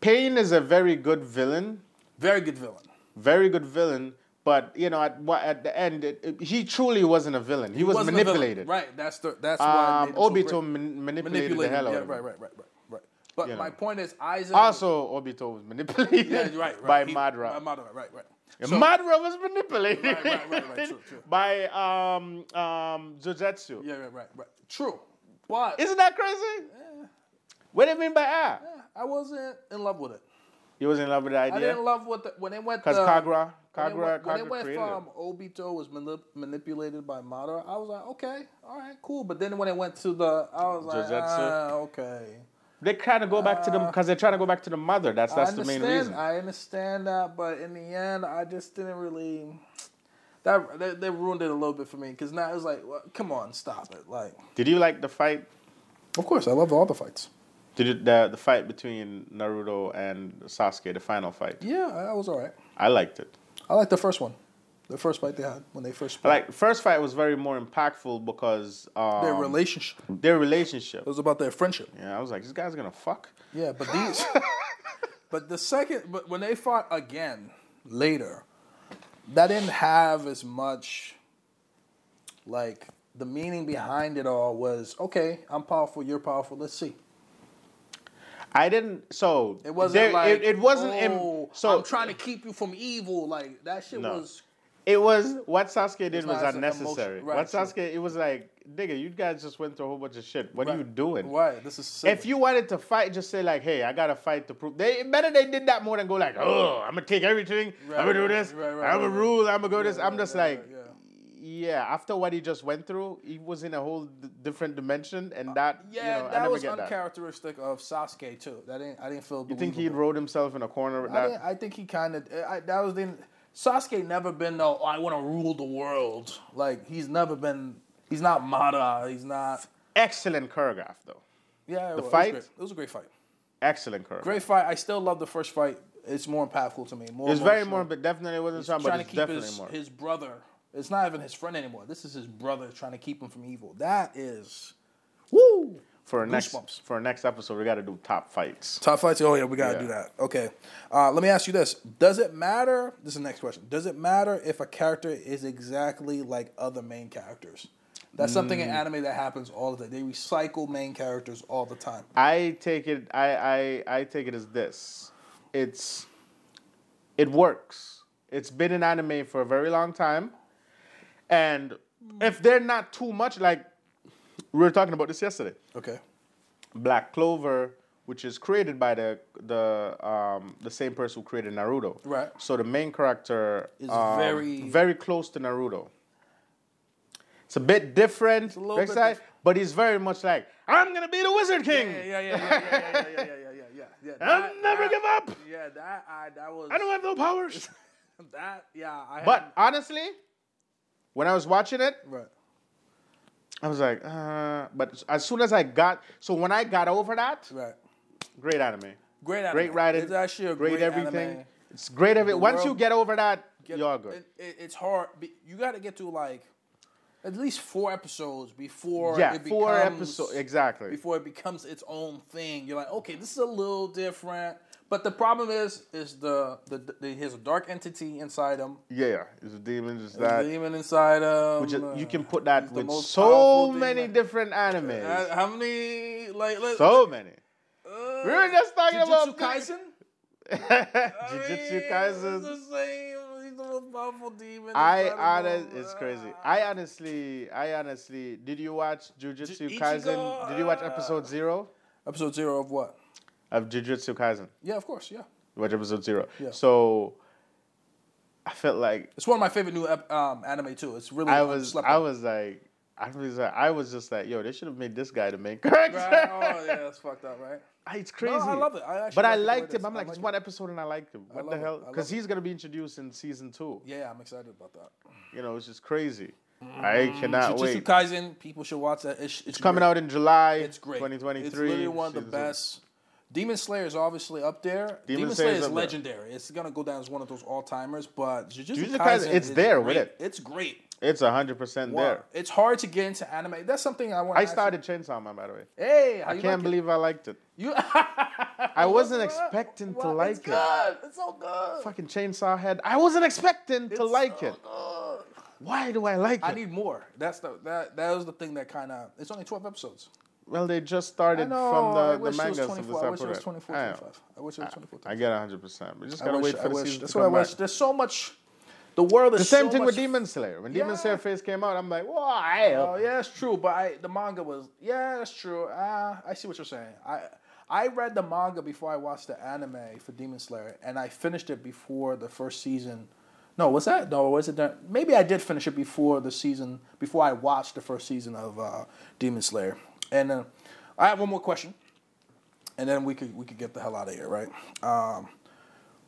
[SPEAKER 1] Pain is a very good villain,
[SPEAKER 2] Very good villain.
[SPEAKER 1] very good villain. But you know, at wha- at the end, it, it- he truly wasn't a villain. He, was
[SPEAKER 2] Wasn't a villain.
[SPEAKER 1] manipulated.
[SPEAKER 2] Right. That's the that's why
[SPEAKER 1] Um,
[SPEAKER 2] made him so
[SPEAKER 1] Obito
[SPEAKER 2] great.
[SPEAKER 1] man- manipulated,
[SPEAKER 2] manipulated
[SPEAKER 1] the hell out
[SPEAKER 2] yeah,
[SPEAKER 1] of him.
[SPEAKER 2] right, right, right, right, right. But
[SPEAKER 1] You know.
[SPEAKER 2] my point is Isaac
[SPEAKER 1] Also, Obito was manipulated
[SPEAKER 2] yeah, right, right.
[SPEAKER 1] by
[SPEAKER 2] He-
[SPEAKER 1] Madra.
[SPEAKER 2] By Madra, right, right.
[SPEAKER 1] And
[SPEAKER 2] So-
[SPEAKER 1] Madra was manipulated
[SPEAKER 2] Right, right, right, right, true, true.
[SPEAKER 1] by um um Jujutsu.
[SPEAKER 2] Yeah, right, right, right. True. But
[SPEAKER 1] Isn't that crazy? What do you mean by ah?
[SPEAKER 2] I wasn't in love with it.
[SPEAKER 1] He was in love with the
[SPEAKER 2] I
[SPEAKER 1] idea
[SPEAKER 2] didn't love what the, when it went.
[SPEAKER 1] because
[SPEAKER 2] the-
[SPEAKER 1] Kagura,
[SPEAKER 2] when it
[SPEAKER 1] Kagura,
[SPEAKER 2] went- when
[SPEAKER 1] Kagura
[SPEAKER 2] it went
[SPEAKER 1] created it.
[SPEAKER 2] from Obito was manip- manipulated by Madara, I was like, okay, all right, cool. But then when it went to the, I was like,
[SPEAKER 1] Jujutsu.
[SPEAKER 2] ah, okay.
[SPEAKER 1] They kind of go back to them because they're trying to go back to the mother. That's that's
[SPEAKER 2] I
[SPEAKER 1] the main
[SPEAKER 2] understand.
[SPEAKER 1] reason.
[SPEAKER 2] Uh, I understand that, but in the end, I just didn't really. That they, they ruined it a little bit for me because now it was like, well, come on, stop it. Like,
[SPEAKER 1] Did you like the fight?
[SPEAKER 2] of course, I love all the fights.
[SPEAKER 1] Did you, the the fight between Naruto and Sasuke, the final fight?
[SPEAKER 2] Yeah, I I was all right.
[SPEAKER 1] I liked it.
[SPEAKER 2] I like the first one, the first fight they had when they first.
[SPEAKER 1] I like first fight was very more impactful because um,
[SPEAKER 2] their relationship. It
[SPEAKER 1] their relationship.
[SPEAKER 2] was about their friendship.
[SPEAKER 1] Yeah, I was like, this guy's gonna fuck.
[SPEAKER 2] Yeah, but these. but the second, but when they fought again later, that didn't have as much. Like the meaning behind it all was okay. I'm powerful. You're powerful. Let's see.
[SPEAKER 1] I didn't. So
[SPEAKER 2] It wasn't
[SPEAKER 1] there-
[SPEAKER 2] like
[SPEAKER 1] it, it wasn't. im-
[SPEAKER 2] oh,
[SPEAKER 1] so
[SPEAKER 2] I'm trying to keep you from evil. Like that shit
[SPEAKER 1] No.
[SPEAKER 2] was
[SPEAKER 1] It was what Sasuke did
[SPEAKER 2] It's not
[SPEAKER 1] was
[SPEAKER 2] as an
[SPEAKER 1] unnecessary.
[SPEAKER 2] emotion- right,
[SPEAKER 1] what
[SPEAKER 2] true.
[SPEAKER 1] Sasuke, it was like, nigga, you guys just went through a whole bunch of shit. What are you doing?
[SPEAKER 2] Why? This is silly.
[SPEAKER 1] If you wanted to fight, just say like, "Hey, I gotta fight to prove." They better they did that more than go like, "Oh, I'm gonna take everything.
[SPEAKER 2] Right,
[SPEAKER 1] I'm gonna do
[SPEAKER 2] right,
[SPEAKER 1] this.
[SPEAKER 2] right, right,
[SPEAKER 1] I'm gonna
[SPEAKER 2] right, right.
[SPEAKER 1] rule. I'm gonna go this."
[SPEAKER 2] Yeah,
[SPEAKER 1] I'm
[SPEAKER 2] yeah,
[SPEAKER 1] just
[SPEAKER 2] yeah,
[SPEAKER 1] like,
[SPEAKER 2] yeah,
[SPEAKER 1] yeah. After what he just went through, he was in a whole d- different dimension, and that
[SPEAKER 2] Uh, yeah,
[SPEAKER 1] you know, I
[SPEAKER 2] that
[SPEAKER 1] never
[SPEAKER 2] was
[SPEAKER 1] get that.
[SPEAKER 2] uncharacteristic of Sasuke too. That didn't, I didn't feel.
[SPEAKER 1] You think he
[SPEAKER 2] believable.
[SPEAKER 1] rolled himself in a corner with
[SPEAKER 2] I,
[SPEAKER 1] that?
[SPEAKER 2] didn't, I think he kind of. I, that was the. Sasuke never been though. I want to rule the world. Like he's never been. He's not Mara. He's not.
[SPEAKER 1] Excellent choreograph though.
[SPEAKER 2] Yeah, it was,
[SPEAKER 1] fight?
[SPEAKER 2] It was, great. It was a great fight.
[SPEAKER 1] Excellent choreograph.
[SPEAKER 2] Great fight. I still love the first fight. It's more impactful to me. More.
[SPEAKER 1] It's very
[SPEAKER 2] emotional.
[SPEAKER 1] more, but definitely wasn't
[SPEAKER 2] He's
[SPEAKER 1] strong, but
[SPEAKER 2] trying
[SPEAKER 1] it's
[SPEAKER 2] to keep
[SPEAKER 1] definitely
[SPEAKER 2] his,
[SPEAKER 1] more.
[SPEAKER 2] his brother. It's not even his friend anymore. This is his brother trying to keep him from evil. That is, woo.
[SPEAKER 1] for next
[SPEAKER 2] Goosebumps.
[SPEAKER 1] for next episode, we got to do top fights.
[SPEAKER 2] Top fights. Oh yeah, we gotta
[SPEAKER 1] Yeah.
[SPEAKER 2] do that. Okay. Uh, let me ask you this: Does it matter? This is the next question. Does it matter if a character is exactly like other main characters? That's something
[SPEAKER 1] Mm.
[SPEAKER 2] in anime that happens all the time. They recycle main characters all the time.
[SPEAKER 1] I take it. I, I I take it as this. It's it works. It's been in anime for a very long time, and if they're not too much like we were talking about this yesterday,
[SPEAKER 2] Okay.
[SPEAKER 1] Black Clover, which is created by the the um, the same person who created Naruto.
[SPEAKER 2] Right.
[SPEAKER 1] So the main character
[SPEAKER 2] Is
[SPEAKER 1] um,
[SPEAKER 2] very-
[SPEAKER 1] very close to Naruto. It's a bit different,
[SPEAKER 2] little
[SPEAKER 1] very
[SPEAKER 2] bit
[SPEAKER 1] side,
[SPEAKER 2] diff-
[SPEAKER 1] but he's very much like I'm gonna be the Wizard King.
[SPEAKER 2] yeah, yeah, yeah, yeah, yeah, yeah, yeah, yeah, yeah. yeah.
[SPEAKER 1] I'll never give up.
[SPEAKER 2] Yeah, that I that was
[SPEAKER 1] I don't have no powers.
[SPEAKER 2] that. Yeah, I.
[SPEAKER 1] but honestly, when I was watching it,
[SPEAKER 2] had, right.
[SPEAKER 1] I was like, uh, but as soon as I got, so when I got over that,
[SPEAKER 2] Right.
[SPEAKER 1] great anime.
[SPEAKER 2] Great anime.
[SPEAKER 1] Great writing.
[SPEAKER 2] It's actually a great
[SPEAKER 1] everything.
[SPEAKER 2] anime.
[SPEAKER 1] It's great every.
[SPEAKER 2] The
[SPEAKER 1] Once
[SPEAKER 2] world-
[SPEAKER 1] you get over that,
[SPEAKER 2] get-
[SPEAKER 1] you're good.
[SPEAKER 2] It, it, it's hard. be- You got to get to like at least four episodes before.
[SPEAKER 1] yeah,
[SPEAKER 2] it becomes,
[SPEAKER 1] four episodes exactly.
[SPEAKER 2] Before it becomes its own thing, you're like, okay, this is a little different. But the problem is, is the the, the, here's a dark entity inside him,
[SPEAKER 1] yeah, it's a demon. It's
[SPEAKER 2] a
[SPEAKER 1] that.
[SPEAKER 2] demon inside him.
[SPEAKER 1] Which is- you
[SPEAKER 2] uh,
[SPEAKER 1] can put that
[SPEAKER 2] the
[SPEAKER 1] with
[SPEAKER 2] most
[SPEAKER 1] so
[SPEAKER 2] powerful demon.
[SPEAKER 1] many different animes.
[SPEAKER 2] uh, How many like? like
[SPEAKER 1] so many.
[SPEAKER 2] uh,
[SPEAKER 1] We were just talking
[SPEAKER 2] Jujutsu
[SPEAKER 1] about
[SPEAKER 2] Kaisen.
[SPEAKER 1] Jujutsu
[SPEAKER 2] Kaisen.
[SPEAKER 1] Kaisen.
[SPEAKER 2] The same. He's the most powerful demon.
[SPEAKER 1] I
[SPEAKER 2] inside of
[SPEAKER 1] honest,
[SPEAKER 2] him.
[SPEAKER 1] it's crazy.
[SPEAKER 2] Uh,
[SPEAKER 1] I honestly, I honestly, did you watch Jujutsu
[SPEAKER 2] J-
[SPEAKER 1] Kaisen?
[SPEAKER 2] Ichigo,
[SPEAKER 1] Did you watch
[SPEAKER 2] uh,
[SPEAKER 1] episode zero
[SPEAKER 2] Episode zero of what?
[SPEAKER 1] of Jujutsu Kaisen?
[SPEAKER 2] Yeah, of course. Yeah,
[SPEAKER 1] You watch episode zero.
[SPEAKER 2] Yeah.
[SPEAKER 1] So I felt like
[SPEAKER 2] it's one of my favorite new ep- um, anime too. It's really
[SPEAKER 1] I was,
[SPEAKER 2] slept
[SPEAKER 1] I
[SPEAKER 2] on.
[SPEAKER 1] was like, I was, like, I was just like, yo, they should have made this guy the main character.
[SPEAKER 2] Right? Oh yeah, that's fucked up, right?
[SPEAKER 1] It's crazy.
[SPEAKER 2] No, I love it. I actually
[SPEAKER 1] but I
[SPEAKER 2] like the way
[SPEAKER 1] liked
[SPEAKER 2] it
[SPEAKER 1] him.
[SPEAKER 2] is.
[SPEAKER 1] I'm
[SPEAKER 2] I
[SPEAKER 1] like,
[SPEAKER 2] like
[SPEAKER 1] it's
[SPEAKER 2] it.
[SPEAKER 1] one episode and I liked him. What the
[SPEAKER 2] love it.
[SPEAKER 1] hell?
[SPEAKER 2] I love
[SPEAKER 1] Because
[SPEAKER 2] it.
[SPEAKER 1] he's gonna be introduced in season two.
[SPEAKER 2] Yeah, I'm excited about that.
[SPEAKER 1] You know, it's just crazy. I cannot
[SPEAKER 2] Jujutsu
[SPEAKER 1] wait.
[SPEAKER 2] Kaisen, people should watch that. It's, it's
[SPEAKER 1] Coming out in July,
[SPEAKER 2] It's great. It's
[SPEAKER 1] 2023.
[SPEAKER 2] literally one of the
[SPEAKER 1] season two.
[SPEAKER 2] best. Demon Slayer is obviously up there.
[SPEAKER 1] Demon Slayer
[SPEAKER 2] Demon, Slayer
[SPEAKER 1] is
[SPEAKER 2] is
[SPEAKER 1] up there.
[SPEAKER 2] legendary. It's gonna go down as one of those all timers. But Jujutsu,
[SPEAKER 1] Jujutsu Kaisen,
[SPEAKER 2] Kaisen,
[SPEAKER 1] it's
[SPEAKER 2] is
[SPEAKER 1] there with
[SPEAKER 2] great.
[SPEAKER 1] it.
[SPEAKER 2] It's great.
[SPEAKER 1] It's hundred percent there.
[SPEAKER 2] It's hard to get into anime. That's something I want.
[SPEAKER 1] I started Chainsaw Man, by the way.
[SPEAKER 2] Hey, how
[SPEAKER 1] I
[SPEAKER 2] you
[SPEAKER 1] can't
[SPEAKER 2] like
[SPEAKER 1] believe I liked it.
[SPEAKER 2] it? you.
[SPEAKER 1] I wasn't expecting to
[SPEAKER 2] Wow,
[SPEAKER 1] like
[SPEAKER 2] it's
[SPEAKER 1] it.
[SPEAKER 2] good. It's so good.
[SPEAKER 1] Fucking Chainsaw Head. I wasn't expecting to
[SPEAKER 2] It's
[SPEAKER 1] like
[SPEAKER 2] so
[SPEAKER 1] it.
[SPEAKER 2] good.
[SPEAKER 1] Why do I like
[SPEAKER 2] I
[SPEAKER 1] it?
[SPEAKER 2] need more. That's the that that was the thing that kind of. It's only twelve episodes.
[SPEAKER 1] Well, they just started from
[SPEAKER 2] I
[SPEAKER 1] the, the
[SPEAKER 2] wish it was
[SPEAKER 1] mangas of the
[SPEAKER 2] 24. I wish it was
[SPEAKER 1] separate.
[SPEAKER 2] 24,
[SPEAKER 1] I know.
[SPEAKER 2] 25. I wish it was 24.
[SPEAKER 1] I get hundred percent. We just
[SPEAKER 2] I
[SPEAKER 1] gotta
[SPEAKER 2] wish,
[SPEAKER 1] wait
[SPEAKER 2] I
[SPEAKER 1] for the
[SPEAKER 2] wish.
[SPEAKER 1] season
[SPEAKER 2] That's
[SPEAKER 1] to
[SPEAKER 2] what I
[SPEAKER 1] come
[SPEAKER 2] wish.
[SPEAKER 1] back.
[SPEAKER 2] There's so much. The world is
[SPEAKER 1] The same
[SPEAKER 2] so
[SPEAKER 1] thing
[SPEAKER 2] much,
[SPEAKER 1] with Demon Slayer. When Demon
[SPEAKER 2] Yeah.
[SPEAKER 1] Slayer first came out, I'm like, why?
[SPEAKER 2] Oh yeah, it's true. But I, the manga was yeah, that's true. Ah, I see what you're saying. I I read the manga before I watched the anime for Demon Slayer, and I finished it before the first season. No, was that no? Was it done? Maybe I did finish it before the season before I watched the first season of uh, Demon Slayer. And uh, I have one more question, and then we could we could get the hell out of here, right? Um,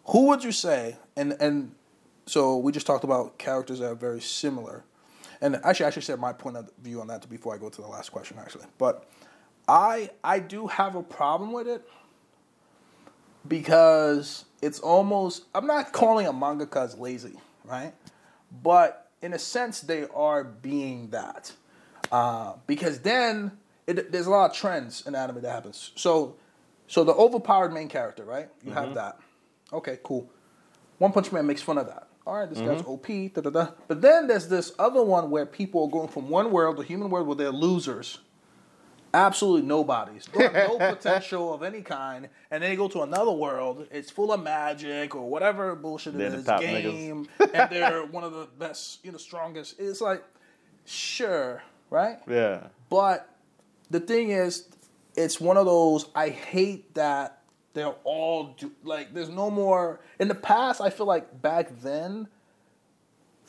[SPEAKER 2] who would you say and and so we just talked about characters that are very similar and actually i should say my point of view on that before i go to the last question actually but i i do have a problem with it because it's almost i'm not calling a mangaka's lazy right but in a sense they are being that uh, because then it, there's a lot of trends in anime that happens so so the overpowered main character right you have that okay cool one Punch Man makes fun of that. All right, this
[SPEAKER 1] Mm-hmm.
[SPEAKER 2] guy's OP, da da da. But then there's this other one where people are going from one world, the human world, where they're losers, absolutely nobodies. They have no potential of any kind, and then they go to another world. It's full of magic or whatever bullshit it
[SPEAKER 1] They're the
[SPEAKER 2] is,
[SPEAKER 1] top
[SPEAKER 2] game, and they're one of the best, you know, strongest. It's like, sure, right?
[SPEAKER 1] Yeah.
[SPEAKER 2] But the thing is, it's one of those. I hate that they're all do, like. There's no more. In the past, I feel like back then.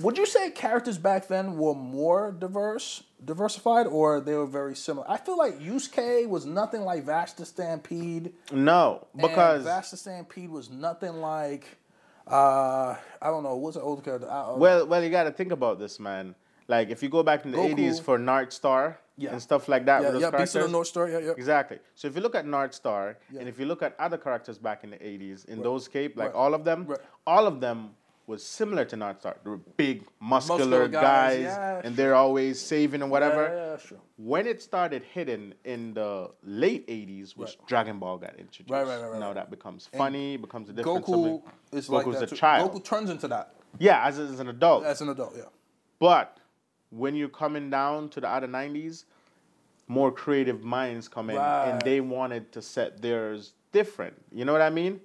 [SPEAKER 2] Would you say characters back then were more diverse, diversified, or they were very similar? I feel like Yusuke was nothing like Vash the Stampede.
[SPEAKER 1] No,
[SPEAKER 2] and
[SPEAKER 1] because
[SPEAKER 2] Vash the Stampede was nothing like. Uh, I don't know. What's the old character? Uh, I, I-
[SPEAKER 1] well, well, you got to think about this, man. Like if you go back in the
[SPEAKER 2] Goku.
[SPEAKER 1] '80s for Nard Star
[SPEAKER 2] Yeah.
[SPEAKER 1] and stuff like that,
[SPEAKER 2] yeah,
[SPEAKER 1] with those
[SPEAKER 2] yeah, Beast of the
[SPEAKER 1] characters,
[SPEAKER 2] North Star. Yeah, yeah.
[SPEAKER 1] Exactly. So if you look at Nard Star,
[SPEAKER 2] Yeah.
[SPEAKER 1] and if you look at other characters back in the 80s, in those cape, like all of them,
[SPEAKER 2] Right.
[SPEAKER 1] all of them was similar to Nard Star. They were big, muscular,
[SPEAKER 2] Muscular guys,
[SPEAKER 1] guys,
[SPEAKER 2] yeah,
[SPEAKER 1] and they're always saving and whatever.
[SPEAKER 2] Yeah, yeah, sure.
[SPEAKER 1] When it started hitting in the late 80s, which Dragon Ball got introduced,
[SPEAKER 2] Right, right, right, right,
[SPEAKER 1] now
[SPEAKER 2] right.
[SPEAKER 1] that becomes funny, becomes a different
[SPEAKER 2] Goku
[SPEAKER 1] something.
[SPEAKER 2] is like
[SPEAKER 1] Goku's a
[SPEAKER 2] that too.
[SPEAKER 1] child.
[SPEAKER 2] Goku turns into that
[SPEAKER 1] Yeah, as, as an adult.
[SPEAKER 2] as an adult. Yeah.
[SPEAKER 1] But when you're coming down to the other 90s, more creative minds come in
[SPEAKER 2] Right.
[SPEAKER 1] and they wanted to set theirs different. You know what I mean?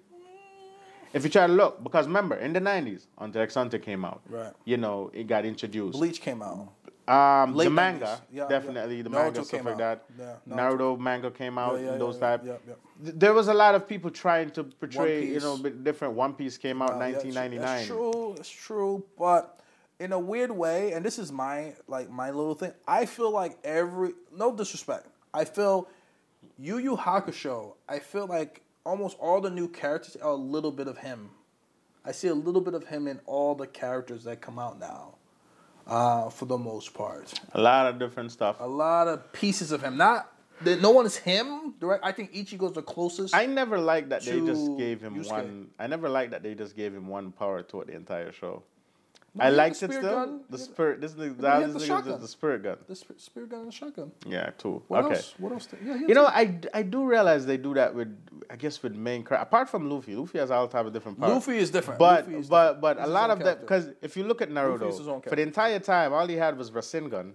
[SPEAKER 1] If you try to look, because remember, in the 90s, Hunter x Hunter came out.
[SPEAKER 2] Right.
[SPEAKER 1] You know, it got introduced.
[SPEAKER 2] Bleach came out.
[SPEAKER 1] Um,
[SPEAKER 2] Late
[SPEAKER 1] the manga,
[SPEAKER 2] 90s. Yeah, yeah.
[SPEAKER 1] definitely the
[SPEAKER 2] Naruto
[SPEAKER 1] manga stuff
[SPEAKER 2] came
[SPEAKER 1] like
[SPEAKER 2] out.
[SPEAKER 1] that.
[SPEAKER 2] Yeah, Naruto.
[SPEAKER 1] Naruto. manga came out.
[SPEAKER 2] Yeah, yeah,
[SPEAKER 1] and those
[SPEAKER 2] yeah,
[SPEAKER 1] type.
[SPEAKER 2] yeah, yeah.
[SPEAKER 1] Th- There was a lot of people trying to portray, you
[SPEAKER 2] Piece.
[SPEAKER 1] know, bit different. One Piece came out
[SPEAKER 2] Uh, yeah, it's-
[SPEAKER 1] 1999.
[SPEAKER 2] It's true. It's true. But in a weird way, and this is my like my little thing. I feel like every no disrespect. I feel Yu Yu Hakusho. I feel like almost all the new characters are a little bit of him. I see a little bit of him in all the characters that come out now, uh, for the most part.
[SPEAKER 1] A lot of different stuff.
[SPEAKER 2] a lot of pieces of him. Not that no one is him direct. I think Ichigo's the closest.
[SPEAKER 1] I never liked that they
[SPEAKER 2] to
[SPEAKER 1] just gave him
[SPEAKER 2] Yusuke.
[SPEAKER 1] one. I never liked that they just gave him one power throughout the entire show.
[SPEAKER 2] he
[SPEAKER 1] I
[SPEAKER 2] had the
[SPEAKER 1] liked it
[SPEAKER 2] spear
[SPEAKER 1] still.
[SPEAKER 2] gun.
[SPEAKER 1] The
[SPEAKER 2] He had-
[SPEAKER 1] spirit. This is
[SPEAKER 2] had
[SPEAKER 1] the,
[SPEAKER 2] the
[SPEAKER 1] this is the,
[SPEAKER 2] shotgun.
[SPEAKER 1] the spirit gun.
[SPEAKER 2] the sp- spear gun and shotgun.
[SPEAKER 1] Yeah, too.
[SPEAKER 2] What
[SPEAKER 1] okay.
[SPEAKER 2] else? What else? did- yeah, he had
[SPEAKER 1] You know,
[SPEAKER 2] the-
[SPEAKER 1] I, I do realize they do that with I guess with main character apart from Luffy. Luffy has all type of different powers.
[SPEAKER 2] Luffy is different.
[SPEAKER 1] But
[SPEAKER 2] Luffy is
[SPEAKER 1] but
[SPEAKER 2] different.
[SPEAKER 1] but a
[SPEAKER 2] He's his
[SPEAKER 1] lot
[SPEAKER 2] own
[SPEAKER 1] of that
[SPEAKER 2] character.
[SPEAKER 1] because if you look at
[SPEAKER 2] Luffy's his own
[SPEAKER 1] Naruto for
[SPEAKER 2] character.
[SPEAKER 1] the entire time, all he had was Rasengan,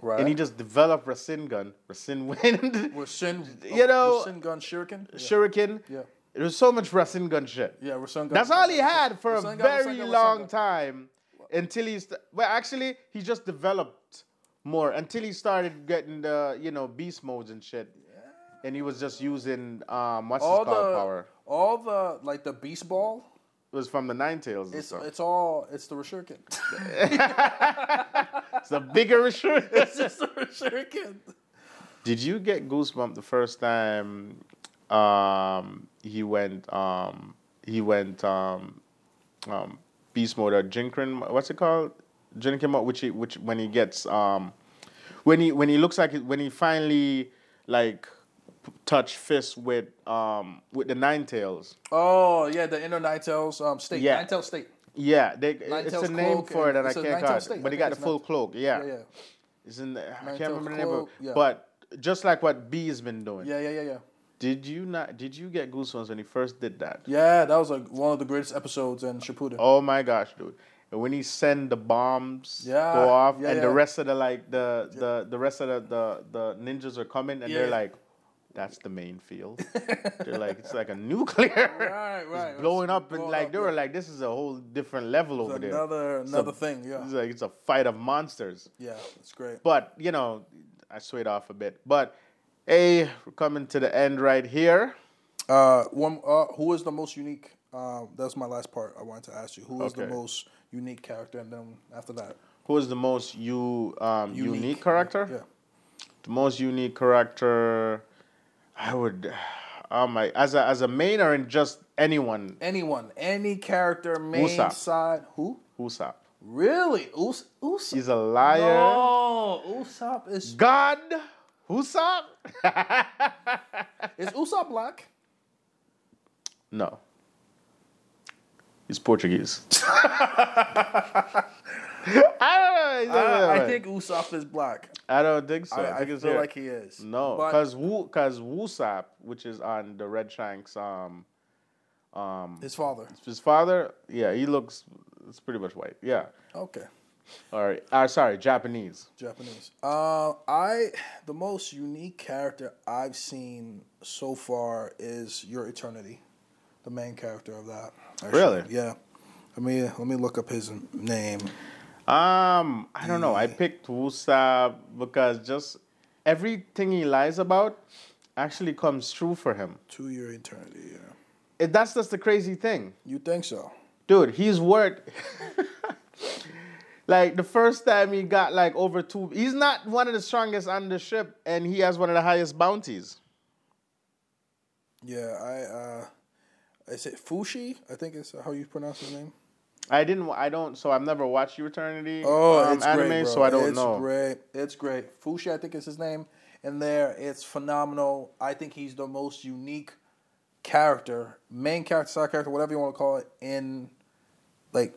[SPEAKER 2] right.
[SPEAKER 1] and he just developed Rasengan, Rasengan,
[SPEAKER 2] We're Sin,
[SPEAKER 1] you know-
[SPEAKER 2] Sin Gun Shuriken. Yeah.
[SPEAKER 1] Shuriken.
[SPEAKER 2] Yeah.
[SPEAKER 1] There's so much Rasengan shit.
[SPEAKER 2] yeah, we're Sin Gun.
[SPEAKER 1] That's all he had for a
[SPEAKER 2] Rasengan,
[SPEAKER 1] very
[SPEAKER 2] Rasengan,
[SPEAKER 1] long
[SPEAKER 2] Rasengan.
[SPEAKER 1] time until he. St- well, actually, he just developed more until he started getting the you know beast modes and shit, and he was just using um what's
[SPEAKER 2] All
[SPEAKER 1] his called
[SPEAKER 2] the
[SPEAKER 1] power.
[SPEAKER 2] all the like the beast ball.
[SPEAKER 1] It was from the Nine Tails. It's,
[SPEAKER 2] It's
[SPEAKER 1] it's,
[SPEAKER 2] it's all it's the Shuriken.
[SPEAKER 1] a bigger issue.
[SPEAKER 2] it's just the Shuriken.
[SPEAKER 1] Did you get goosebump the first time? Um, he went. Um, he went. Um, um, beast mode or Jinkrin. What's it called? Jinkrin mode. Which he, which when he gets. Um, when he when he looks like it- when he finally like p- touch fist with um with the nine tails.
[SPEAKER 2] Oh yeah, the inner Ninetales um, state.
[SPEAKER 1] Yeah.
[SPEAKER 2] Ninetales state.
[SPEAKER 1] Yeah, they, it's
[SPEAKER 2] Ninetales
[SPEAKER 1] a name
[SPEAKER 2] cloak
[SPEAKER 1] for it,
[SPEAKER 2] and
[SPEAKER 1] and I
[SPEAKER 2] it's a
[SPEAKER 1] can't
[SPEAKER 2] Ninetales
[SPEAKER 1] call it.
[SPEAKER 2] state.
[SPEAKER 1] But
[SPEAKER 2] I
[SPEAKER 1] he
[SPEAKER 2] think
[SPEAKER 1] got the
[SPEAKER 2] it's
[SPEAKER 1] full
[SPEAKER 2] Ninetales.
[SPEAKER 1] cloak.
[SPEAKER 2] Yeah, yeah,
[SPEAKER 1] It's in the, I
[SPEAKER 2] Ninetales
[SPEAKER 1] can't remember the name of
[SPEAKER 2] Cloak,
[SPEAKER 1] it.
[SPEAKER 2] yeah.
[SPEAKER 1] But just like what B has been doing.
[SPEAKER 2] yeah, yeah, yeah. yeah.
[SPEAKER 1] Did you not? Did you get goosebumps when he first did that?
[SPEAKER 2] Yeah, that was like one of the greatest episodes in Shippuden.
[SPEAKER 1] Oh my gosh, dude! And when he send the bombs
[SPEAKER 2] Yeah,
[SPEAKER 1] go off,
[SPEAKER 2] yeah,
[SPEAKER 1] and the
[SPEAKER 2] yeah.
[SPEAKER 1] rest of the like the the the rest of the the, the ninjas are coming, and
[SPEAKER 2] Yeah.
[SPEAKER 1] they're like, "That's the main field." they're like, "It's like a nuclear."
[SPEAKER 2] Right, right.
[SPEAKER 1] It's blowing up and
[SPEAKER 2] Blowing
[SPEAKER 1] like
[SPEAKER 2] up,
[SPEAKER 1] they
[SPEAKER 2] yeah.
[SPEAKER 1] were like, this is a whole different level over there.
[SPEAKER 2] Another
[SPEAKER 1] It's a-
[SPEAKER 2] another thing, yeah.
[SPEAKER 1] It's like it's a fight of monsters.
[SPEAKER 2] Yeah, it's great.
[SPEAKER 1] But you know, I swayed off a bit. But hey, we're coming to the end right here.
[SPEAKER 2] Uh, one. Uh, who is the most unique? Um, that was my last part. I wanted to ask you who is the
[SPEAKER 1] Okay.
[SPEAKER 2] most unique character, and then after that,
[SPEAKER 1] Who is the most you um, unique,
[SPEAKER 2] Unique,
[SPEAKER 1] character?
[SPEAKER 2] yeah.
[SPEAKER 1] The most unique character, I would. Oh my! As a as a main or in just anyone,
[SPEAKER 2] Anyone, any character, main
[SPEAKER 1] Usopp.
[SPEAKER 2] side. Who?
[SPEAKER 1] Usopp.
[SPEAKER 2] Really? Us- Usopp.
[SPEAKER 1] He's a liar.
[SPEAKER 2] No, Usopp is
[SPEAKER 1] God, Usopp.
[SPEAKER 2] is Usopp black?
[SPEAKER 1] No. He's Portuguese. I don't know.
[SPEAKER 2] Uh, I, I think Usopp is black.
[SPEAKER 1] I don't think so.
[SPEAKER 2] I, I
[SPEAKER 1] think
[SPEAKER 2] feel
[SPEAKER 1] it's here.
[SPEAKER 2] like he is.
[SPEAKER 1] No,
[SPEAKER 2] But-
[SPEAKER 1] because because Wusap, which is on the Red Shanks, um,
[SPEAKER 2] his father.
[SPEAKER 1] his father, yeah, he looks it's pretty much white. Yeah,
[SPEAKER 2] Okay.
[SPEAKER 1] All right. Uh, sorry, Japanese.
[SPEAKER 2] Japanese. Uh, I the most unique character I've seen so far is Your Eternity, the main character of that. actually.
[SPEAKER 1] Really?
[SPEAKER 2] Yeah. Let me let me look up his name.
[SPEAKER 1] Um, I don't know. I picked Wusa because just everything he lies about actually comes true for him.
[SPEAKER 2] To Your Eternity. Yeah.
[SPEAKER 1] It, that's just the crazy thing.
[SPEAKER 2] You think so?
[SPEAKER 1] Dude, he's worth like the first time he got like over two he's not one of the strongest on the ship and he has one of the highest bounties.
[SPEAKER 2] Yeah. I uh, is it Fushi? I think is how you pronounce his name.
[SPEAKER 1] I didn't I don't so I've never watched Eternity
[SPEAKER 2] Oh,
[SPEAKER 1] um,
[SPEAKER 2] it's
[SPEAKER 1] anime,
[SPEAKER 2] great, bro.
[SPEAKER 1] so I don't
[SPEAKER 2] it's
[SPEAKER 1] know.
[SPEAKER 2] great. It's great. Fushi, I think is his name, and there it's phenomenal. I think he's the most unique character, main character, side character, whatever you want to call it, in like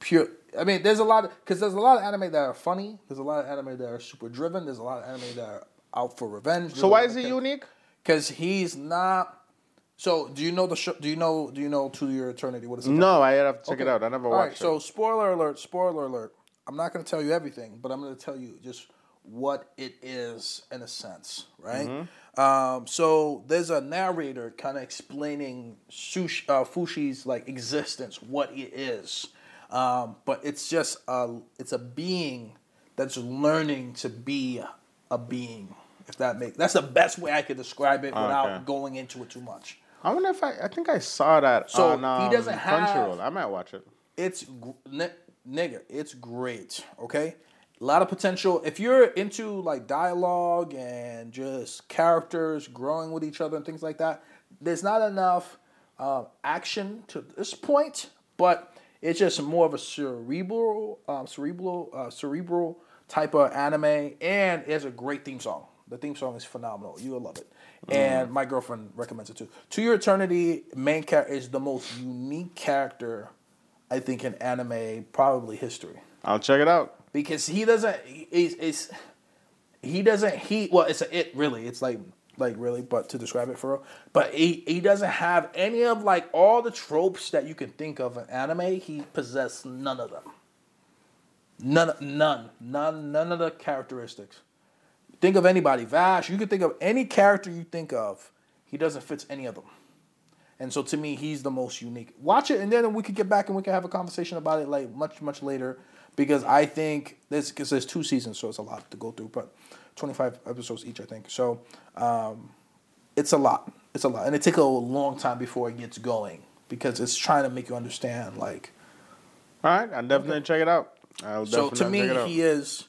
[SPEAKER 2] pure. I mean, there's a lot because there's a lot of anime that are funny. There's a lot of anime that are super driven. There's a lot of anime that are out for revenge.
[SPEAKER 1] So why is he unique?
[SPEAKER 2] Because he's not. So do you know the show? Do you know? Do you know To Your Eternity? What is it?
[SPEAKER 1] No, I have to check it
[SPEAKER 2] Okay.
[SPEAKER 1] out. I never
[SPEAKER 2] All
[SPEAKER 1] watched
[SPEAKER 2] right, So spoiler alert, spoiler alert. I'm not going to tell you everything, but I'm going to tell you just what it is in a sense, right?
[SPEAKER 1] Mm-hmm.
[SPEAKER 2] Um, so there's a narrator kind of explaining Sush, uh, Fushi's like existence, what it is, um, but it's just a it's a being that's learning to be a being. If that makes that's the best way I could describe it without
[SPEAKER 1] Ah, Okay.
[SPEAKER 2] going into it too much.
[SPEAKER 1] I wonder if I I think I saw that
[SPEAKER 2] So,
[SPEAKER 1] on
[SPEAKER 2] he
[SPEAKER 1] um,
[SPEAKER 2] doesn't have-
[SPEAKER 1] Crunchyroll. I might watch it.
[SPEAKER 2] it's gr- ni- nigga, it's great. Okay, a lot of potential. If you're into like dialogue and just characters growing with each other and things like that, there's not enough um, action to this point, but it's just more of a cerebral, um, cerebral, uh, cerebral type of anime, and it's a great theme song. The theme song is phenomenal. You'll love it. And my girlfriend recommends it too. To Your Eternity, main character is the most unique character I think in anime probably history
[SPEAKER 1] I'll check it out.
[SPEAKER 2] because he doesn't he's, he's he doesn't he well it's a it really it's like like really but to describe it for real but he he doesn't have any of like all the tropes that you can think of in anime he possessed none of them none none none none of the characteristics think of anybody Vash you can think of any character you think of he doesn't fit any of them and so to me, he's the most unique. Watch it, and then we could get back and we can have a conversation about it like much much later because I think there's because there's two seasons, so it's a lot to go through. But 25 episodes each, I think. So um, it's a lot. It's a lot, and it takes a long time before it gets going because it's trying to make you understand like
[SPEAKER 1] All right, I'll definitely check it out. I'll
[SPEAKER 2] so
[SPEAKER 1] definitely
[SPEAKER 2] to me,
[SPEAKER 1] check it out.
[SPEAKER 2] he is.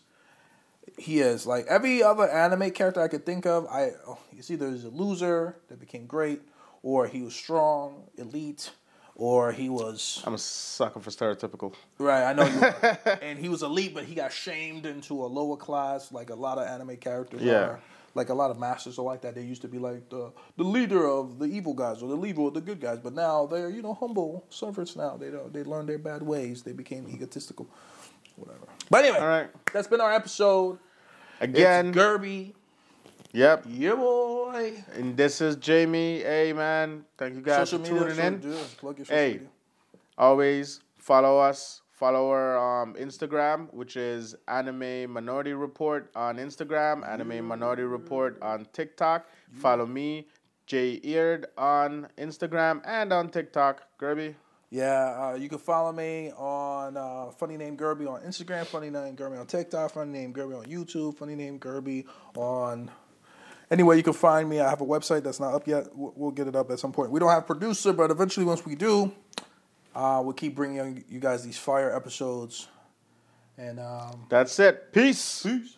[SPEAKER 2] He is like every other anime character I could think of. I oh, it's either he's a loser that became great, or he was strong, elite, or he was
[SPEAKER 1] I'm a sucker for stereotypical.
[SPEAKER 2] right. I know you, are. and he was elite, but he got shamed into a lower class, like a lot of anime characters.
[SPEAKER 1] Yeah.
[SPEAKER 2] are. Like a lot of masters are like that. They used to be like the the leader of the evil guys or the leader of the good guys, but now they're you know humble servants. Now they don't they learn their bad ways. They became egotistical, whatever. But anyway,
[SPEAKER 1] All right,
[SPEAKER 2] that's been our episode.
[SPEAKER 1] again,
[SPEAKER 2] It's Gerby.
[SPEAKER 1] yep.
[SPEAKER 2] Yeah, boy.
[SPEAKER 1] And this is Jamie. Hey, man, thank you guys
[SPEAKER 2] Social
[SPEAKER 1] for
[SPEAKER 2] media.
[SPEAKER 1] tuning
[SPEAKER 2] so-
[SPEAKER 1] in.
[SPEAKER 2] yeah, plug your social
[SPEAKER 1] Hey,
[SPEAKER 2] media.
[SPEAKER 1] always follow us. Follow our um, Instagram, which is Anime Minority Report on Instagram, Anime Minority Report on TikTok. Follow me, Jay Eared, on Instagram and on TikTok. Gerby.
[SPEAKER 2] Yeah, uh, you can follow me on uh, Funny Name Gerby on Instagram, Funny Name Gerby on TikTok, Funny Name Gerby on YouTube, Funny Name Gerby on. Anyway, you can find me. I have a website that's not up yet. We'll, we'll get it up at some point. We don't have producer, but eventually, once we do, uh, we'll keep bringing you guys these fire episodes. And um,
[SPEAKER 1] That's it. Peace. Peace.